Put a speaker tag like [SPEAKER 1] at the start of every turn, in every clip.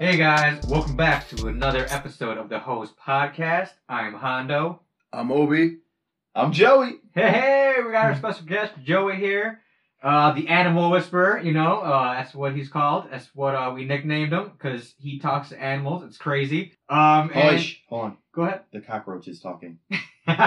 [SPEAKER 1] Hey guys, welcome back to another episode of the Host Podcast. I'm Hondo.
[SPEAKER 2] I'm Obi. I'm Joey.
[SPEAKER 1] Hey, hey, we
[SPEAKER 3] Hmm.
[SPEAKER 1] got our special guest Joey here, uh, the Animal Whisperer. You know, uh, that's what he's called. That's what uh, we nicknamed him because he talks to animals. It's crazy. Um, and-
[SPEAKER 3] Hush. Hold on.
[SPEAKER 1] Go ahead.
[SPEAKER 3] The cockroach is talking.
[SPEAKER 1] what,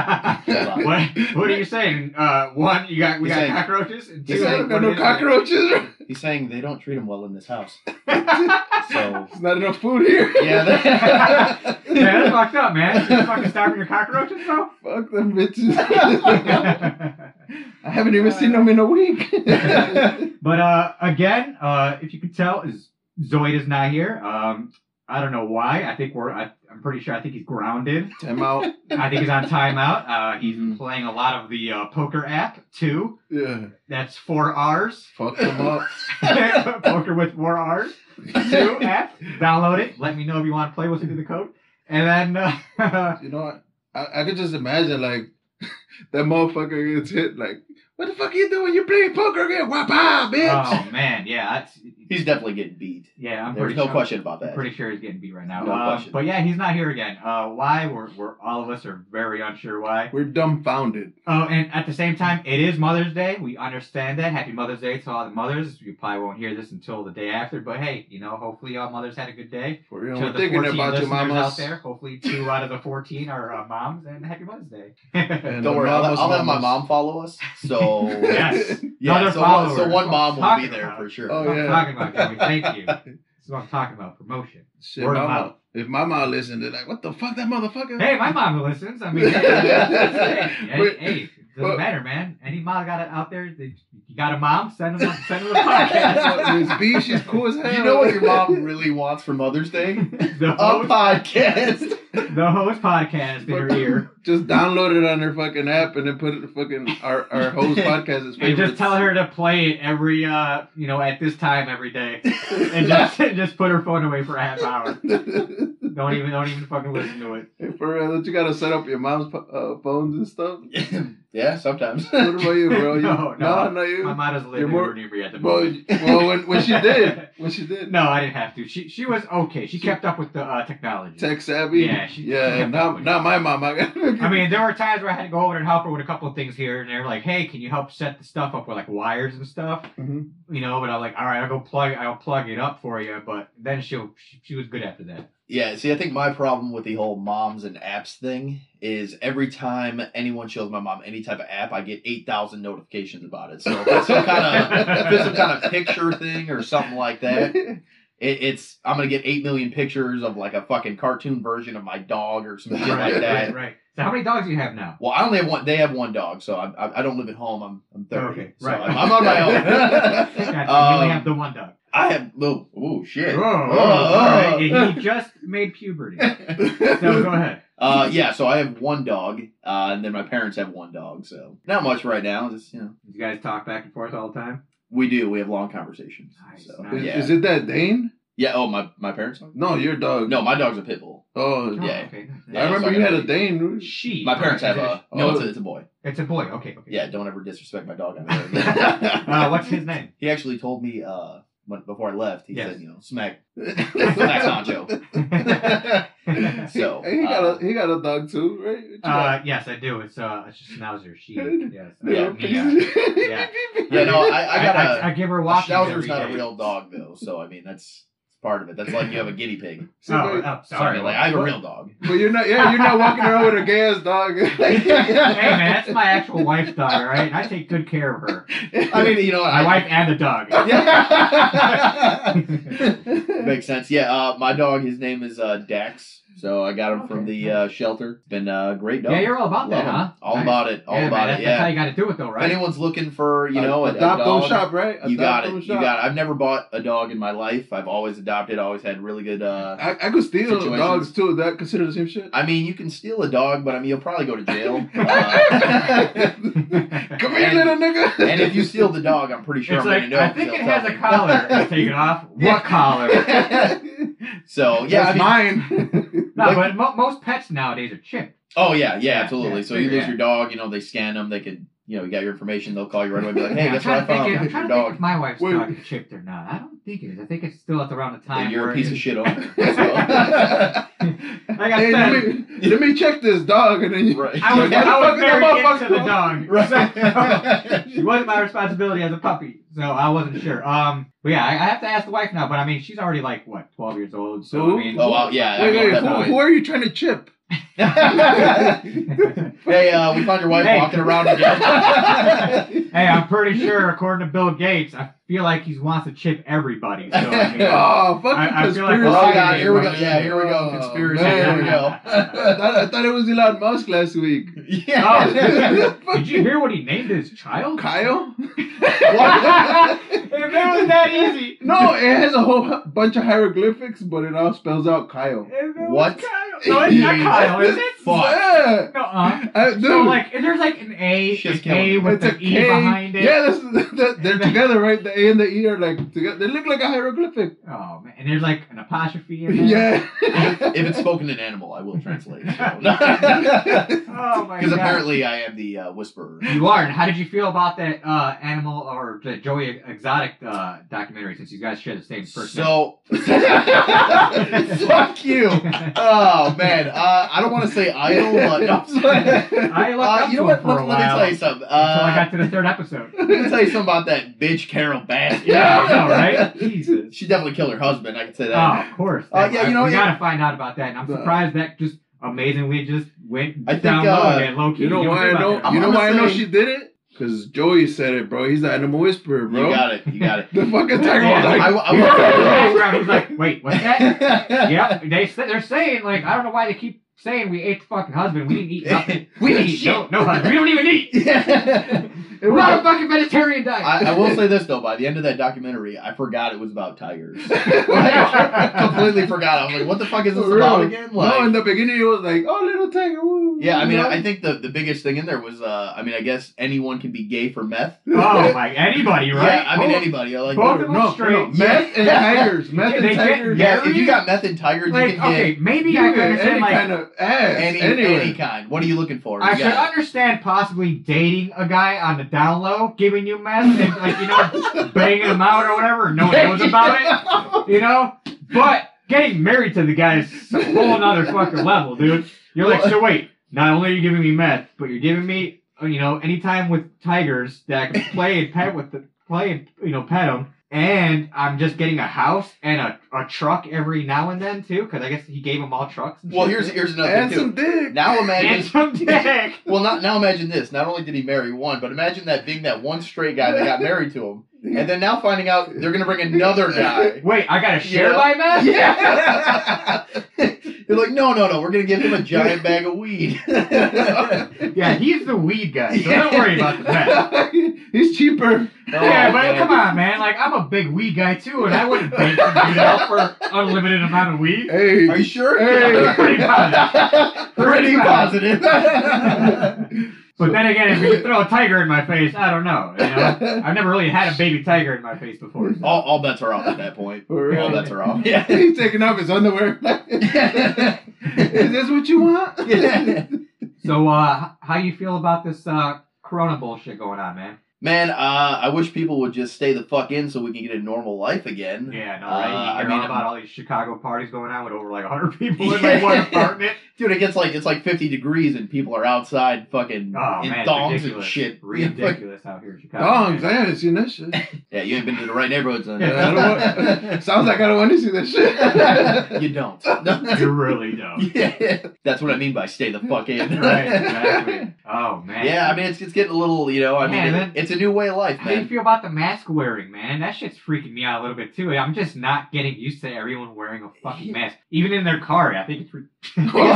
[SPEAKER 1] what are you saying? Uh, one, you got we
[SPEAKER 3] He's
[SPEAKER 1] got
[SPEAKER 3] saying-
[SPEAKER 1] cockroaches, and two,
[SPEAKER 3] he's saying
[SPEAKER 1] what
[SPEAKER 2] got no
[SPEAKER 1] is it?
[SPEAKER 2] cockroaches.
[SPEAKER 3] He's saying they don't treat him well in this house. So,
[SPEAKER 2] There's not enough food here.
[SPEAKER 3] yeah. That,
[SPEAKER 1] Man, that's fucked up, man. You fucking starving your cockroaches, bro.
[SPEAKER 2] Fuck them bitches. I haven't even seen them in a week.
[SPEAKER 1] But uh, again, uh, if you can tell, is Zoid is not here. Um, I don't know why. I think we're. I, I'm pretty sure. I think he's grounded.
[SPEAKER 2] Time out.
[SPEAKER 1] I think he's on timeout. Uh, he's
[SPEAKER 3] Mm-hmm.
[SPEAKER 2] Mhm.
[SPEAKER 1] playing a lot of the uh, poker app too.
[SPEAKER 2] Yeah.
[SPEAKER 1] That's four R's.
[SPEAKER 2] Fuck them up.
[SPEAKER 1] poker with four R's. Two app. Download it. Let me know if you want to play. We'll send you the code. And then uh,
[SPEAKER 2] You know what? I, I could just imagine like that motherfucker gets hit like, what the fuck are you doing? You're playing poker again? Wapa, bitch.
[SPEAKER 1] oh man, yeah, that's,
[SPEAKER 3] he's definitely getting beat.
[SPEAKER 1] yeah. I'm
[SPEAKER 3] There's
[SPEAKER 1] pretty
[SPEAKER 3] no
[SPEAKER 1] sure.
[SPEAKER 3] question about
[SPEAKER 1] I'm
[SPEAKER 3] that.
[SPEAKER 1] pretty sure he's getting beat right now.
[SPEAKER 3] No
[SPEAKER 1] Uh,
[SPEAKER 3] question.
[SPEAKER 1] but yeah, he's not here again. Uh, why? We're, we're all of us are very unsure why.
[SPEAKER 2] We're dumbfounded.
[SPEAKER 1] Oh, and at the same time, it is Mother's Day. We understand that. Happy Mother's Day to all the mothers. You probably won't hear this until the day after, but hey, you know, hopefully all mothers had a good day.
[SPEAKER 2] For real.
[SPEAKER 1] to
[SPEAKER 2] We're
[SPEAKER 1] the
[SPEAKER 2] thinking
[SPEAKER 1] 14
[SPEAKER 2] about your
[SPEAKER 1] listeners out
[SPEAKER 2] mamas.
[SPEAKER 1] there, hopefully two out of the fourteen are uh, moms, and Happy Mother's Day.
[SPEAKER 2] And
[SPEAKER 3] Don't
[SPEAKER 2] the
[SPEAKER 3] worry. I'll,
[SPEAKER 2] mamas,
[SPEAKER 3] I'll have my
[SPEAKER 2] mamas.
[SPEAKER 3] mom follow us. So, yeah.
[SPEAKER 1] yes, Another
[SPEAKER 3] So one,
[SPEAKER 1] follower.
[SPEAKER 3] so one mom will be
[SPEAKER 1] Talking
[SPEAKER 3] there
[SPEAKER 1] about
[SPEAKER 3] for
[SPEAKER 1] it.
[SPEAKER 3] sure.
[SPEAKER 2] Oh,
[SPEAKER 1] That's what
[SPEAKER 2] yeah.
[SPEAKER 1] I'm talking about Joey. Thank you. This is what I'm talking about. Promotion.
[SPEAKER 2] Shit,
[SPEAKER 1] Word of
[SPEAKER 2] mama-
[SPEAKER 1] mouth.
[SPEAKER 2] If my mom listened, they're like, what the fuck, that motherfucker?
[SPEAKER 1] Hey, my mom listens. I mean, hey, hey, hey, it doesn't
[SPEAKER 2] But-
[SPEAKER 1] matter, man. Any mom got it out there? They, you got a mom? Send them, send them the
[SPEAKER 2] So Miss
[SPEAKER 1] podcast.
[SPEAKER 2] B, she's cool as hell.
[SPEAKER 3] You know what your mom really wants for Mother's Day?
[SPEAKER 1] the,
[SPEAKER 3] A
[SPEAKER 2] Oh.
[SPEAKER 1] host,
[SPEAKER 3] podcast.
[SPEAKER 1] the host podcast in her ear,
[SPEAKER 2] Just download it on her fucking app and then put it in fucking our our host podcast as
[SPEAKER 1] and
[SPEAKER 2] favorites.
[SPEAKER 1] just tell her to play it every, uh, you know, at this time every day, and just and just put her phone away for a half hour. Don't even don't even fucking listen to it.
[SPEAKER 2] Hey, for real, don't you gotta set up your mom's uh, phones and stuff?
[SPEAKER 3] yeah, sometimes.
[SPEAKER 2] What about you, bro? You,
[SPEAKER 1] No, no.
[SPEAKER 2] not you.
[SPEAKER 1] My mom doesn't live
[SPEAKER 2] You're more-
[SPEAKER 1] anywhere near me at the
[SPEAKER 2] Well,
[SPEAKER 1] moment.
[SPEAKER 2] you- well, when when she did, when she did,
[SPEAKER 1] No, I didn't have to. She she was okay. She kept up with the uh, technology.
[SPEAKER 2] tech savvy.
[SPEAKER 1] Yeah, she-
[SPEAKER 2] yeah.
[SPEAKER 1] yeah,
[SPEAKER 2] not
[SPEAKER 1] probably.
[SPEAKER 2] not my mom. I,
[SPEAKER 1] I mean, there were times where I had to go over and help her with a couple of things here, and they're like, "Hey, can you help set the stuff up with like wires and stuff?"
[SPEAKER 2] Mhm.
[SPEAKER 1] You know, but I'm like, "All right, I'll go plug, I'll plug it up for you." But then she'll, she, she was good after that.
[SPEAKER 3] Yeah, see, I think my problem with the whole moms and apps thing is every time anyone shows my mom any type of app, I get eight thousand notifications about it. So if it's some kind of if it's some kind of picture thing or something like that, it, it's I'm gonna get eight million pictures of like a fucking cartoon version of my dog or something
[SPEAKER 1] right,
[SPEAKER 3] like that.
[SPEAKER 1] right, right. So how many dogs do you have now?
[SPEAKER 3] Well, I only have one. They have one dog, so I I, I don't live at home. I'm I'm thirty,
[SPEAKER 1] Okay,
[SPEAKER 3] so
[SPEAKER 1] right.
[SPEAKER 3] I'm, I'm on my own.
[SPEAKER 1] Gotcha, you
[SPEAKER 3] Um,
[SPEAKER 1] only have the one dog.
[SPEAKER 3] I have little. Oh shit.
[SPEAKER 1] Oh,
[SPEAKER 3] Oh,
[SPEAKER 1] all right.
[SPEAKER 3] oh.
[SPEAKER 1] Yeah, he just made puberty. So go ahead.
[SPEAKER 3] Uh, yeah, so I have one dog, uh, and then my parents have one dog, so not much right now. Just you know,
[SPEAKER 1] You guys talk back and forth all the time.
[SPEAKER 3] we do we have long conversations.
[SPEAKER 1] Nice,
[SPEAKER 3] so,
[SPEAKER 1] nice.
[SPEAKER 2] is,
[SPEAKER 3] Yeah,
[SPEAKER 2] is it that Dane?
[SPEAKER 3] yeah. Oh, my my parents? dog?
[SPEAKER 2] No, your dog.
[SPEAKER 3] No, my dog's a pit bull.
[SPEAKER 2] Oh,
[SPEAKER 1] Oh,
[SPEAKER 3] Yeah.
[SPEAKER 1] Okay.
[SPEAKER 3] Yeah,
[SPEAKER 2] I remember you had a
[SPEAKER 3] sorry.
[SPEAKER 2] Dane. dude.
[SPEAKER 1] She.
[SPEAKER 3] My parents have a no. It's a, it's a boy.
[SPEAKER 1] It's a boy. Okay. okay.
[SPEAKER 3] Yeah, don't ever disrespect my dog.
[SPEAKER 1] Uh, what's his name?
[SPEAKER 3] he actually told me uh when, before I left. He
[SPEAKER 1] Yes.
[SPEAKER 3] said, you know, smack smack Sancho. So
[SPEAKER 2] Hey, he got
[SPEAKER 3] uh,
[SPEAKER 2] a he got a dog too, right? What you got?
[SPEAKER 1] Uh, yes, I do. It's uh, it's a schnauzer. She. Yes.
[SPEAKER 3] Yeah,
[SPEAKER 1] Mia. yeah.
[SPEAKER 3] yeah, no, I, I got
[SPEAKER 1] I,
[SPEAKER 3] a
[SPEAKER 1] I give her
[SPEAKER 3] a
[SPEAKER 1] walking.
[SPEAKER 3] Schnauzer's not a real dog though, so I mean that's part of it. That's like you have a guinea pig.
[SPEAKER 2] See,
[SPEAKER 1] Oh,
[SPEAKER 2] but,
[SPEAKER 1] oh, sorry.
[SPEAKER 3] Sorry, like I have a
[SPEAKER 2] What?
[SPEAKER 3] real dog.
[SPEAKER 2] but you're not. Yeah, you're not walking around with a gay ass dog.
[SPEAKER 1] hey man, that's my actual wife's dog, all right? I take good care of her.
[SPEAKER 3] I mean, you know,
[SPEAKER 1] My
[SPEAKER 3] I,
[SPEAKER 1] wife and the dog.
[SPEAKER 3] Yeah. Makes sense. Yeah, uh, my dog, his name is uh, Dax. So I got him from
[SPEAKER 1] Okay,
[SPEAKER 3] the uh, shelter. Been a great dog.
[SPEAKER 1] Yeah, you're all about that,
[SPEAKER 3] Love him.
[SPEAKER 1] huh?
[SPEAKER 3] All
[SPEAKER 1] Nice.
[SPEAKER 3] about it. All
[SPEAKER 1] yeah,
[SPEAKER 3] about
[SPEAKER 1] man, that's,
[SPEAKER 3] it.
[SPEAKER 1] That's how
[SPEAKER 3] Yeah.
[SPEAKER 1] you got to do it, though,
[SPEAKER 3] If
[SPEAKER 1] right?
[SPEAKER 3] anyone's looking for, you know, a, a
[SPEAKER 2] adopt
[SPEAKER 3] dog,
[SPEAKER 2] don't shop, right?
[SPEAKER 3] you
[SPEAKER 2] Adopt,
[SPEAKER 3] got it.
[SPEAKER 2] don't
[SPEAKER 3] You
[SPEAKER 2] shop.
[SPEAKER 3] got. It. I've never bought a dog in my life. I've always adopted. Always had really good. Uh,
[SPEAKER 2] I, I could steal
[SPEAKER 3] Situations.
[SPEAKER 2] dogs too. Is That consider the same shit.
[SPEAKER 3] I mean, you can steal a dog, but I mean, you'll probably go to jail. Uh,
[SPEAKER 2] Come here,
[SPEAKER 3] And-
[SPEAKER 2] little nigga.
[SPEAKER 3] and if you steal the dog, I'm pretty sure
[SPEAKER 1] it's
[SPEAKER 3] I'm
[SPEAKER 1] like,
[SPEAKER 3] gonna know.
[SPEAKER 1] I think it
[SPEAKER 3] because
[SPEAKER 1] has a
[SPEAKER 3] they'll
[SPEAKER 1] collar. I take it off. What collar?
[SPEAKER 3] tell me. so yeah, I
[SPEAKER 2] that's
[SPEAKER 3] mean,
[SPEAKER 2] mine.
[SPEAKER 1] No,
[SPEAKER 3] Like-
[SPEAKER 1] but mo- most pets nowadays are chipped.
[SPEAKER 3] Oh yeah,
[SPEAKER 1] Yeah,
[SPEAKER 3] yeah, absolutely.
[SPEAKER 1] yeah,
[SPEAKER 3] so you
[SPEAKER 1] figure,
[SPEAKER 3] lose
[SPEAKER 1] yeah.
[SPEAKER 3] your dog, you know, they scan them, they could, you know, you got your information, they'll call you right away, and be like, hey,
[SPEAKER 1] Yeah,
[SPEAKER 3] guess what
[SPEAKER 1] I'm
[SPEAKER 3] I
[SPEAKER 1] trying to
[SPEAKER 3] found?
[SPEAKER 1] think,
[SPEAKER 3] Here's
[SPEAKER 1] I'm trying
[SPEAKER 3] your
[SPEAKER 1] to think
[SPEAKER 3] dog.
[SPEAKER 1] if my wife's
[SPEAKER 2] Wait.
[SPEAKER 1] dog is chipped or not. I don't think it is. I think it's still at around the time.
[SPEAKER 3] Then you're
[SPEAKER 1] where
[SPEAKER 3] a piece
[SPEAKER 1] it-
[SPEAKER 3] of shit owner.
[SPEAKER 1] like I
[SPEAKER 2] Hey,
[SPEAKER 1] said,
[SPEAKER 2] let me, let me check this dog, and then you.
[SPEAKER 3] Right.
[SPEAKER 1] I was, I was very into the
[SPEAKER 2] dog.
[SPEAKER 1] dog.
[SPEAKER 3] Right.
[SPEAKER 1] It wasn't my responsibility as a puppy, so I wasn't sure. Um, but yeah, I, I have to ask the wife now. But I mean, she's already like what, twelve years old. So
[SPEAKER 2] Who?
[SPEAKER 1] I mean,
[SPEAKER 3] oh wow, yeah.
[SPEAKER 2] Wait, wait,
[SPEAKER 3] I
[SPEAKER 2] who,
[SPEAKER 3] love
[SPEAKER 2] who are you trying to chip?
[SPEAKER 3] that dog. hey, uh, we found your wife
[SPEAKER 1] Hey.
[SPEAKER 3] walking around oh, again.
[SPEAKER 1] hey, I'm pretty sure, according to Bill Gates, I feel like he wants to chip everybody. So, I mean,
[SPEAKER 2] Oh, fucking
[SPEAKER 1] I- I feel like-
[SPEAKER 2] conspiracy.
[SPEAKER 3] oh god, here we go. Yeah, here we go. Conspiracy.
[SPEAKER 2] man.
[SPEAKER 3] Here we
[SPEAKER 2] I
[SPEAKER 3] go.
[SPEAKER 2] thought, I thought it was Elon Musk last week.
[SPEAKER 3] yeah.
[SPEAKER 1] Oh, did you hear what he named his child?
[SPEAKER 2] Kyle?
[SPEAKER 1] if it was that easy.
[SPEAKER 2] No, it has a whole bunch of hieroglyphics, but it all spells out Kyle.
[SPEAKER 1] If it was
[SPEAKER 3] What?
[SPEAKER 1] Kyle. No, it's not Kyle, is it?
[SPEAKER 3] Fuck.
[SPEAKER 2] Yeah.
[SPEAKER 1] No, uh,
[SPEAKER 2] I- dude,
[SPEAKER 1] So like, and there's like an A,
[SPEAKER 3] Shit's
[SPEAKER 1] an A
[SPEAKER 3] killing
[SPEAKER 1] with
[SPEAKER 2] it's
[SPEAKER 1] an
[SPEAKER 2] a
[SPEAKER 1] E
[SPEAKER 2] K.
[SPEAKER 1] behind it.
[SPEAKER 2] Yeah, this is, that- they're together, right? The A and the E are like together. They look like a hieroglyphic.
[SPEAKER 1] Oh man, and there's like an apostrophe in there.
[SPEAKER 2] Yeah.
[SPEAKER 3] If, if it's spoken in animal, I will translate. Because
[SPEAKER 1] Oh my god.
[SPEAKER 3] apparently I am the uh, whisperer.
[SPEAKER 1] you are. And how did you feel about that uh, animal or the Joey Exotic uh, documentary? Since you guys share the same first
[SPEAKER 3] So, fuck you.
[SPEAKER 1] name.
[SPEAKER 3] Oh man, uh, I don't want to say idol, but no, I'm sorry.
[SPEAKER 1] I looked
[SPEAKER 3] Uh,
[SPEAKER 1] up
[SPEAKER 3] you know
[SPEAKER 1] to
[SPEAKER 3] what?
[SPEAKER 1] him for
[SPEAKER 3] Let,
[SPEAKER 1] a
[SPEAKER 3] let me
[SPEAKER 1] while
[SPEAKER 3] tell you something.
[SPEAKER 1] until I
[SPEAKER 3] Uh,
[SPEAKER 1] got to the third episode.
[SPEAKER 3] let me tell you something about that bitch Carol Baskin.
[SPEAKER 1] Yeah, I know, right? Jesus.
[SPEAKER 3] She definitely killed her husband. I can say that.
[SPEAKER 1] Oh, of course.
[SPEAKER 3] Uh, yeah, you know,
[SPEAKER 1] we
[SPEAKER 3] it-
[SPEAKER 1] gotta find out about that. And I'm surprised that just amazing. We just went
[SPEAKER 3] I think,
[SPEAKER 1] down low
[SPEAKER 3] uh,
[SPEAKER 1] and low key.
[SPEAKER 2] You know why I know?
[SPEAKER 3] that.
[SPEAKER 2] You know
[SPEAKER 3] I'm
[SPEAKER 2] why I know
[SPEAKER 3] saying-
[SPEAKER 2] she did it? Cause Joey said it, bro. He's the animal
[SPEAKER 1] Oh.
[SPEAKER 2] whisperer,
[SPEAKER 3] you
[SPEAKER 2] bro.
[SPEAKER 3] got it. You got it.
[SPEAKER 2] The fucking tiger
[SPEAKER 1] Yeah.
[SPEAKER 2] was like,
[SPEAKER 3] I,
[SPEAKER 1] I was in the
[SPEAKER 3] I,
[SPEAKER 1] background. He's like, wait, what's that? yeah, they sa- they're saying like I don't know why they keep saying we ate the fucking husband. We didn't eat nothing. We didn't eat no, no husband. We don't even eat.
[SPEAKER 2] it
[SPEAKER 1] We're on a
[SPEAKER 2] was,
[SPEAKER 1] fucking vegetarian diet.
[SPEAKER 3] I, I will say this though. By the end of that documentary, I forgot it was about tigers.
[SPEAKER 1] Right.
[SPEAKER 3] Like, completely forgot. I'm like, what the fuck is this about
[SPEAKER 2] Really?
[SPEAKER 3] again? Like,
[SPEAKER 2] no, in the beginning it was like, oh, little tiger. Woo.
[SPEAKER 3] yeah, I mean,
[SPEAKER 2] You know?
[SPEAKER 3] I think the, the biggest thing in there was, uh, I mean, I guess anyone can be gay for meth.
[SPEAKER 1] oh my, anybody, right?
[SPEAKER 3] Yeah, I mean,
[SPEAKER 2] Oh.
[SPEAKER 3] anybody. I Like,
[SPEAKER 1] Both of them
[SPEAKER 2] no,
[SPEAKER 1] straight.
[SPEAKER 2] no, meth and
[SPEAKER 3] Yeah.
[SPEAKER 2] tigers, meth
[SPEAKER 1] They
[SPEAKER 2] and
[SPEAKER 1] get-
[SPEAKER 2] tigers.
[SPEAKER 1] yeah,
[SPEAKER 3] yeah, if you got meth and tigers,
[SPEAKER 1] like
[SPEAKER 3] you can
[SPEAKER 1] okay,
[SPEAKER 3] get
[SPEAKER 1] maybe
[SPEAKER 2] You
[SPEAKER 1] I
[SPEAKER 2] get
[SPEAKER 1] can understand
[SPEAKER 2] any
[SPEAKER 1] like
[SPEAKER 2] kind of ass,
[SPEAKER 3] any,
[SPEAKER 2] anyway.
[SPEAKER 3] any kind. What are you looking for?
[SPEAKER 1] I
[SPEAKER 3] You
[SPEAKER 1] should
[SPEAKER 3] got-
[SPEAKER 1] understand possibly dating a guy on the down low, giving you meth, and like you know, banging him out or whatever. and No one knows about it, you know. But getting married to the guy is a whole other fucking level, dude. You're like, so wait, not only are you giving me meth, but you're giving me, uh, you know, any time with tigers that I can play and pet with the play and you know pet them. And I'm just getting a house and a, a truck every now and then too, because I guess he gave them all trucks. And
[SPEAKER 3] well,
[SPEAKER 1] shit.
[SPEAKER 3] here's here's another
[SPEAKER 2] and
[SPEAKER 3] thing, too.
[SPEAKER 2] some dick.
[SPEAKER 3] Now imagine
[SPEAKER 1] and some dick.
[SPEAKER 3] Well, not now. Imagine this. Not only did he marry one, but imagine that being that one straight guy that got married to him, and then now finding out they're gonna bring another guy.
[SPEAKER 1] Wait, I gotta share
[SPEAKER 3] Yeah.
[SPEAKER 1] my meth?
[SPEAKER 3] Yeah. You're like, no, no, no. We're gonna give him a giant bag of weed. no,
[SPEAKER 1] Yeah, he's the weed guy, so don't worry about the meth.
[SPEAKER 2] He's cheaper.
[SPEAKER 1] yeah, but
[SPEAKER 3] Oh, man.
[SPEAKER 1] come on, man. Like, I'm a big weed guy too, and I wouldn't beg some dude out for unlimited amount of weed.
[SPEAKER 2] Hey,
[SPEAKER 3] Are you sure?
[SPEAKER 2] Hey.
[SPEAKER 1] Pretty positive.
[SPEAKER 3] Pretty positive.
[SPEAKER 1] But then again, if you throw a tiger in my face, I don't know. You know, I've never really had a baby tiger in my face before. so.
[SPEAKER 3] all, all bets are off at that point.
[SPEAKER 2] For real.
[SPEAKER 3] All bets are off. Yeah.
[SPEAKER 2] He's taking off his underwear. Is this what you want?
[SPEAKER 1] So, uh, h- how you feel about this uh, Corona bullshit going on, man?
[SPEAKER 3] Man, uh, I wish people would just stay the fuck in so we can get a normal life again.
[SPEAKER 1] Yeah, no, right?
[SPEAKER 3] Uh,
[SPEAKER 1] you
[SPEAKER 3] I
[SPEAKER 1] hear
[SPEAKER 3] mean,
[SPEAKER 1] all about all these Chicago parties going on with over like 100 people in like one
[SPEAKER 3] Yeah.
[SPEAKER 1] apartment.
[SPEAKER 3] Dude, it gets like it's like 50 degrees and people are outside fucking
[SPEAKER 1] Oh
[SPEAKER 3] in
[SPEAKER 1] man, it's
[SPEAKER 3] thongs and
[SPEAKER 1] ridiculous.
[SPEAKER 3] shit.
[SPEAKER 1] Ridiculous out here in Chicago.
[SPEAKER 2] Dongs, Oh, I
[SPEAKER 1] man.
[SPEAKER 2] haven't seen that shit.
[SPEAKER 3] Yeah, you ain't been to the right neighborhoods. Then.
[SPEAKER 1] Yeah,
[SPEAKER 2] Sounds like I don't want to see that shit.
[SPEAKER 3] you don't.
[SPEAKER 1] You really don't.
[SPEAKER 3] yeah, that's what I mean by stay the fuck in.
[SPEAKER 1] right, exactly. Oh man.
[SPEAKER 3] Yeah, I mean it's, it's getting a little, you know. I mean,
[SPEAKER 1] Yeah,
[SPEAKER 3] it-
[SPEAKER 1] man.
[SPEAKER 3] it's a new way of life,
[SPEAKER 1] How do you
[SPEAKER 3] man.
[SPEAKER 1] feel about the mask wearing, man? That shit's freaking me out a little bit too. I'm just not getting used to everyone wearing a fucking mask, even in their car. I think it's. re-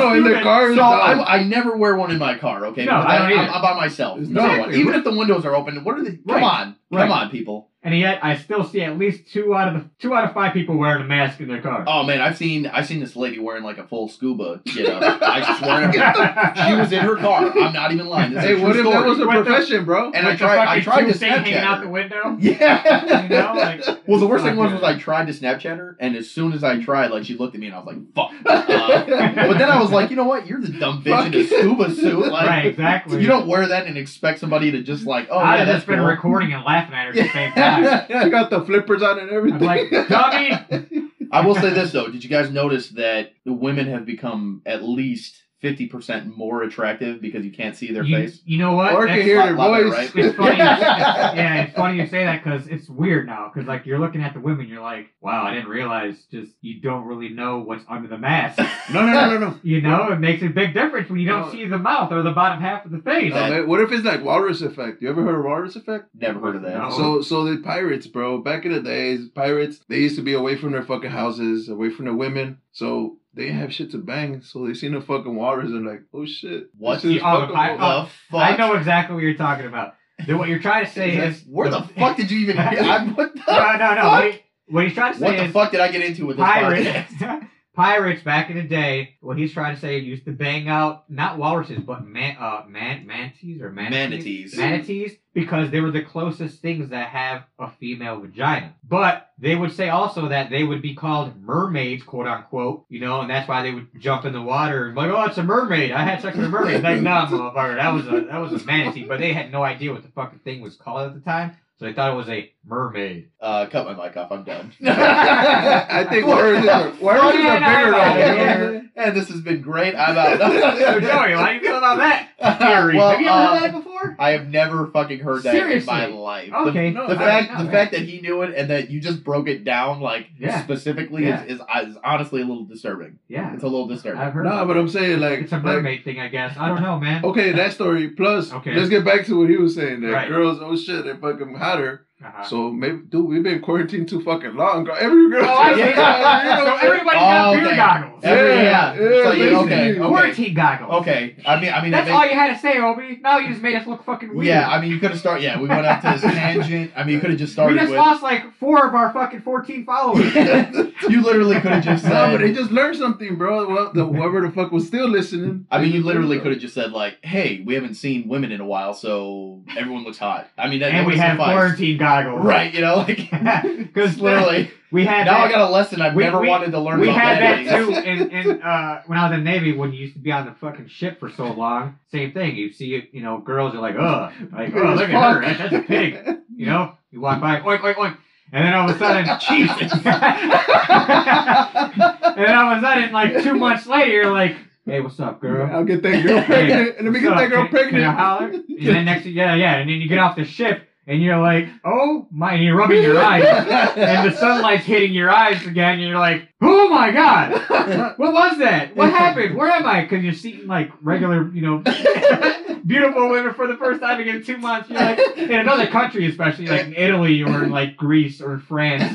[SPEAKER 2] Oh, no, in their
[SPEAKER 1] Stupid.
[SPEAKER 2] car.
[SPEAKER 3] So I, I never wear one in my car, okay?
[SPEAKER 1] Oh, No,
[SPEAKER 3] Because
[SPEAKER 1] I don't
[SPEAKER 3] I'm,
[SPEAKER 1] either.
[SPEAKER 3] I'm by myself.
[SPEAKER 2] It's
[SPEAKER 3] No
[SPEAKER 1] not-
[SPEAKER 3] one. Even if the windows are open, what are they?
[SPEAKER 1] Right.
[SPEAKER 3] Come on,
[SPEAKER 1] Right.
[SPEAKER 3] come on, people.
[SPEAKER 1] and yet I still see at least two out of the two out of five people wearing a mask in their car.
[SPEAKER 3] Oh man, I've seen I've seen this lady wearing like a full scuba get up. I swear she was in her car. I'm not even lying. This is
[SPEAKER 2] Hey,
[SPEAKER 3] a true
[SPEAKER 2] what if that
[SPEAKER 3] story.
[SPEAKER 2] was a
[SPEAKER 1] What the-
[SPEAKER 2] profession, bro?
[SPEAKER 3] and I
[SPEAKER 1] With the
[SPEAKER 3] tried I
[SPEAKER 1] fucking
[SPEAKER 3] tried to
[SPEAKER 1] tube thing hanging
[SPEAKER 3] Snapchat
[SPEAKER 1] out
[SPEAKER 3] her.
[SPEAKER 1] the window.
[SPEAKER 3] Yeah.
[SPEAKER 1] You know, like
[SPEAKER 3] Well, the worst
[SPEAKER 1] Not
[SPEAKER 3] thing was,
[SPEAKER 1] good.
[SPEAKER 3] was I tried to Snapchat her, and as soon as I tried, like she looked at me, and I was like, "Fuck." Uh, but then I was like, you know what? You're the dumb bitch in a scuba suit. Like,
[SPEAKER 1] right, exactly.
[SPEAKER 3] you don't wear that and expect somebody to just like, oh,
[SPEAKER 1] I'd
[SPEAKER 3] yeah,
[SPEAKER 1] have
[SPEAKER 3] that's
[SPEAKER 1] just been
[SPEAKER 3] cool.
[SPEAKER 1] recording and laughing at her at the same time.
[SPEAKER 2] she got the flippers on and
[SPEAKER 1] I'm
[SPEAKER 2] everything.
[SPEAKER 1] like, dummy.
[SPEAKER 3] I will say this though: Did you guys notice that the women have become at least fifty percent more attractive because you can't see their
[SPEAKER 1] you,
[SPEAKER 3] face?
[SPEAKER 1] you know what?
[SPEAKER 2] or
[SPEAKER 1] That's-
[SPEAKER 2] can hear your
[SPEAKER 3] Love it,
[SPEAKER 2] voice.
[SPEAKER 3] right?
[SPEAKER 1] It's funny.
[SPEAKER 2] Yeah.
[SPEAKER 1] yeah, it's funny you say that because it's weird now. Because like you're looking at the women, you're like, wow, I didn't realize. Just you don't really know what's under the mask.
[SPEAKER 2] No, no, no, no, no.
[SPEAKER 1] You know, it makes a big difference when you don't
[SPEAKER 2] No.
[SPEAKER 1] see the mouth or the bottom half of the face.
[SPEAKER 2] Oh, man, what if it's like walrus effect? You ever heard of walrus effect?
[SPEAKER 3] Never heard of that.
[SPEAKER 1] No.
[SPEAKER 2] So, so the pirates, bro. Back in the days, pirates they used to be away from their fucking houses, away from their women. So they didn't have shit to bang. So they seen the fucking waters and like, oh shit,
[SPEAKER 3] What uh,
[SPEAKER 2] this is
[SPEAKER 1] the- oh, the
[SPEAKER 2] fucking
[SPEAKER 1] pi-
[SPEAKER 2] wa-
[SPEAKER 1] oh,
[SPEAKER 3] The fuck?
[SPEAKER 1] I know exactly what you're talking about. Then what you're trying to say is
[SPEAKER 3] Where the fuck did you even? I'm, what the?
[SPEAKER 1] No, no, no. What, he- what he's trying to say
[SPEAKER 3] What the
[SPEAKER 1] is
[SPEAKER 3] fuck did I get into with this podcast?
[SPEAKER 1] pirates. pirates back in the day. What he's trying to say used to bang out not walruses but man, uh, man, manties or manatees.
[SPEAKER 3] Manatees.
[SPEAKER 1] Manatees, because they were the closest things that have a female vagina. But they would say also that they would be called mermaids, quote unquote, you know, and that's why they would jump in the water and be like, oh, it's a mermaid. I had sex with a mermaid. Like, no, motherfucker, that was a that was a manatee. But they had no idea what the fucking thing was called at the time, so they thought it was a mermaid.
[SPEAKER 3] Uh, cut my mic off. I'm done.
[SPEAKER 2] I think walruses are walruses
[SPEAKER 1] Yeah,
[SPEAKER 2] are bigger
[SPEAKER 1] no,
[SPEAKER 2] than
[SPEAKER 1] yeah.
[SPEAKER 3] and this has been great. I'm out.
[SPEAKER 1] So, Joey, how do you feel about that? Theory.
[SPEAKER 3] well,
[SPEAKER 1] have you ever heard
[SPEAKER 3] uh,
[SPEAKER 1] that before?
[SPEAKER 3] I have never fucking heard that in my
[SPEAKER 1] Seriously. Oh,
[SPEAKER 3] life. The,
[SPEAKER 1] Okay.
[SPEAKER 2] no,
[SPEAKER 3] the
[SPEAKER 2] I-
[SPEAKER 3] fact,
[SPEAKER 1] no,
[SPEAKER 3] the fact that he knew it and that you just broke it down like
[SPEAKER 1] Yeah.
[SPEAKER 3] specifically
[SPEAKER 1] Yeah.
[SPEAKER 3] Is, is is honestly a little disturbing.
[SPEAKER 1] yeah,
[SPEAKER 3] It's a little disturbing.
[SPEAKER 1] I've heard.
[SPEAKER 2] No, but I'm saying like,
[SPEAKER 1] it's a
[SPEAKER 2] like,
[SPEAKER 1] mermaid thing, I guess. I don't know, man.
[SPEAKER 3] Oh,
[SPEAKER 2] okay, that story. Plus,
[SPEAKER 1] Okay.
[SPEAKER 2] let's get back to what he was saying. That
[SPEAKER 1] Right.
[SPEAKER 2] girls, oh shit, they fucking hotter.
[SPEAKER 1] Uh-huh.
[SPEAKER 2] So maybe, dude, we've been quarantined too fucking long. girl. Every girl,
[SPEAKER 1] Oh, I see.
[SPEAKER 2] you know,
[SPEAKER 1] so everybody
[SPEAKER 3] Oh,
[SPEAKER 1] got beer
[SPEAKER 3] damn.
[SPEAKER 1] goggles.
[SPEAKER 2] Yeah,
[SPEAKER 3] Every- yeah.
[SPEAKER 2] yeah,
[SPEAKER 3] It's like, okay,
[SPEAKER 2] basically.
[SPEAKER 3] okay,
[SPEAKER 1] Quarantine goggles.
[SPEAKER 3] okay. I mean, I mean, it
[SPEAKER 1] That's
[SPEAKER 3] makes-
[SPEAKER 1] all you had to say, Obi. Now you just made us look fucking weird.
[SPEAKER 3] yeah. I mean, you could have started. Yeah, we went up to this tangent. I mean, you could have just
[SPEAKER 1] we
[SPEAKER 3] started
[SPEAKER 1] just
[SPEAKER 3] with.
[SPEAKER 1] lost like four of our fucking 14 followers.
[SPEAKER 3] you literally could have just
[SPEAKER 2] No,
[SPEAKER 3] said.
[SPEAKER 2] but they just learned something, bro. Well, the, whoever the fuck was still listening.
[SPEAKER 3] I mean,
[SPEAKER 2] they
[SPEAKER 3] you
[SPEAKER 2] just
[SPEAKER 3] literally
[SPEAKER 2] learned
[SPEAKER 3] could have just said like, "Hey, we haven't seen women in a while, so everyone looks hot." I mean, that,
[SPEAKER 1] and
[SPEAKER 3] that
[SPEAKER 1] we
[SPEAKER 3] would
[SPEAKER 1] had
[SPEAKER 3] suffice.
[SPEAKER 1] quarantine goggles.
[SPEAKER 3] right? You know, like
[SPEAKER 1] Because
[SPEAKER 3] literally.
[SPEAKER 1] we had
[SPEAKER 3] now I
[SPEAKER 1] that-
[SPEAKER 3] got a lesson I've
[SPEAKER 1] We-
[SPEAKER 3] never
[SPEAKER 1] we-
[SPEAKER 3] wanted to learn.
[SPEAKER 1] We
[SPEAKER 3] about
[SPEAKER 1] had that
[SPEAKER 3] ladies.
[SPEAKER 1] too in, in uh, when I was in the Navy when you used to be on the fucking ship for so long. Same thing. You see, you know, girls are like, ugh, like,
[SPEAKER 2] Pig
[SPEAKER 1] oh,
[SPEAKER 2] as
[SPEAKER 1] look at
[SPEAKER 2] fuck.
[SPEAKER 1] her, that, that's a pig. You know, you walk by, oink, oink, oink, and then all of a sudden, Jesus. and then all of a sudden, like two months later, you're like, hey, what's up, girl?
[SPEAKER 2] I'll get that girl pregnant. Let me get
[SPEAKER 1] What's
[SPEAKER 2] that
[SPEAKER 1] up?
[SPEAKER 2] girl
[SPEAKER 1] Can- Can I
[SPEAKER 2] pregnant.
[SPEAKER 1] holler? And then next, thing- yeah, yeah, and then you get off the ship. And you're like, oh my, and you're rubbing your eyes, and the sunlight's hitting your eyes again, and you're like, oh my god, what was that? What happened? Where am I? Because you're seeing like regular, you know, beautiful women for the first time in two months. You're like in another country, especially like in Italy or in like Greece or France.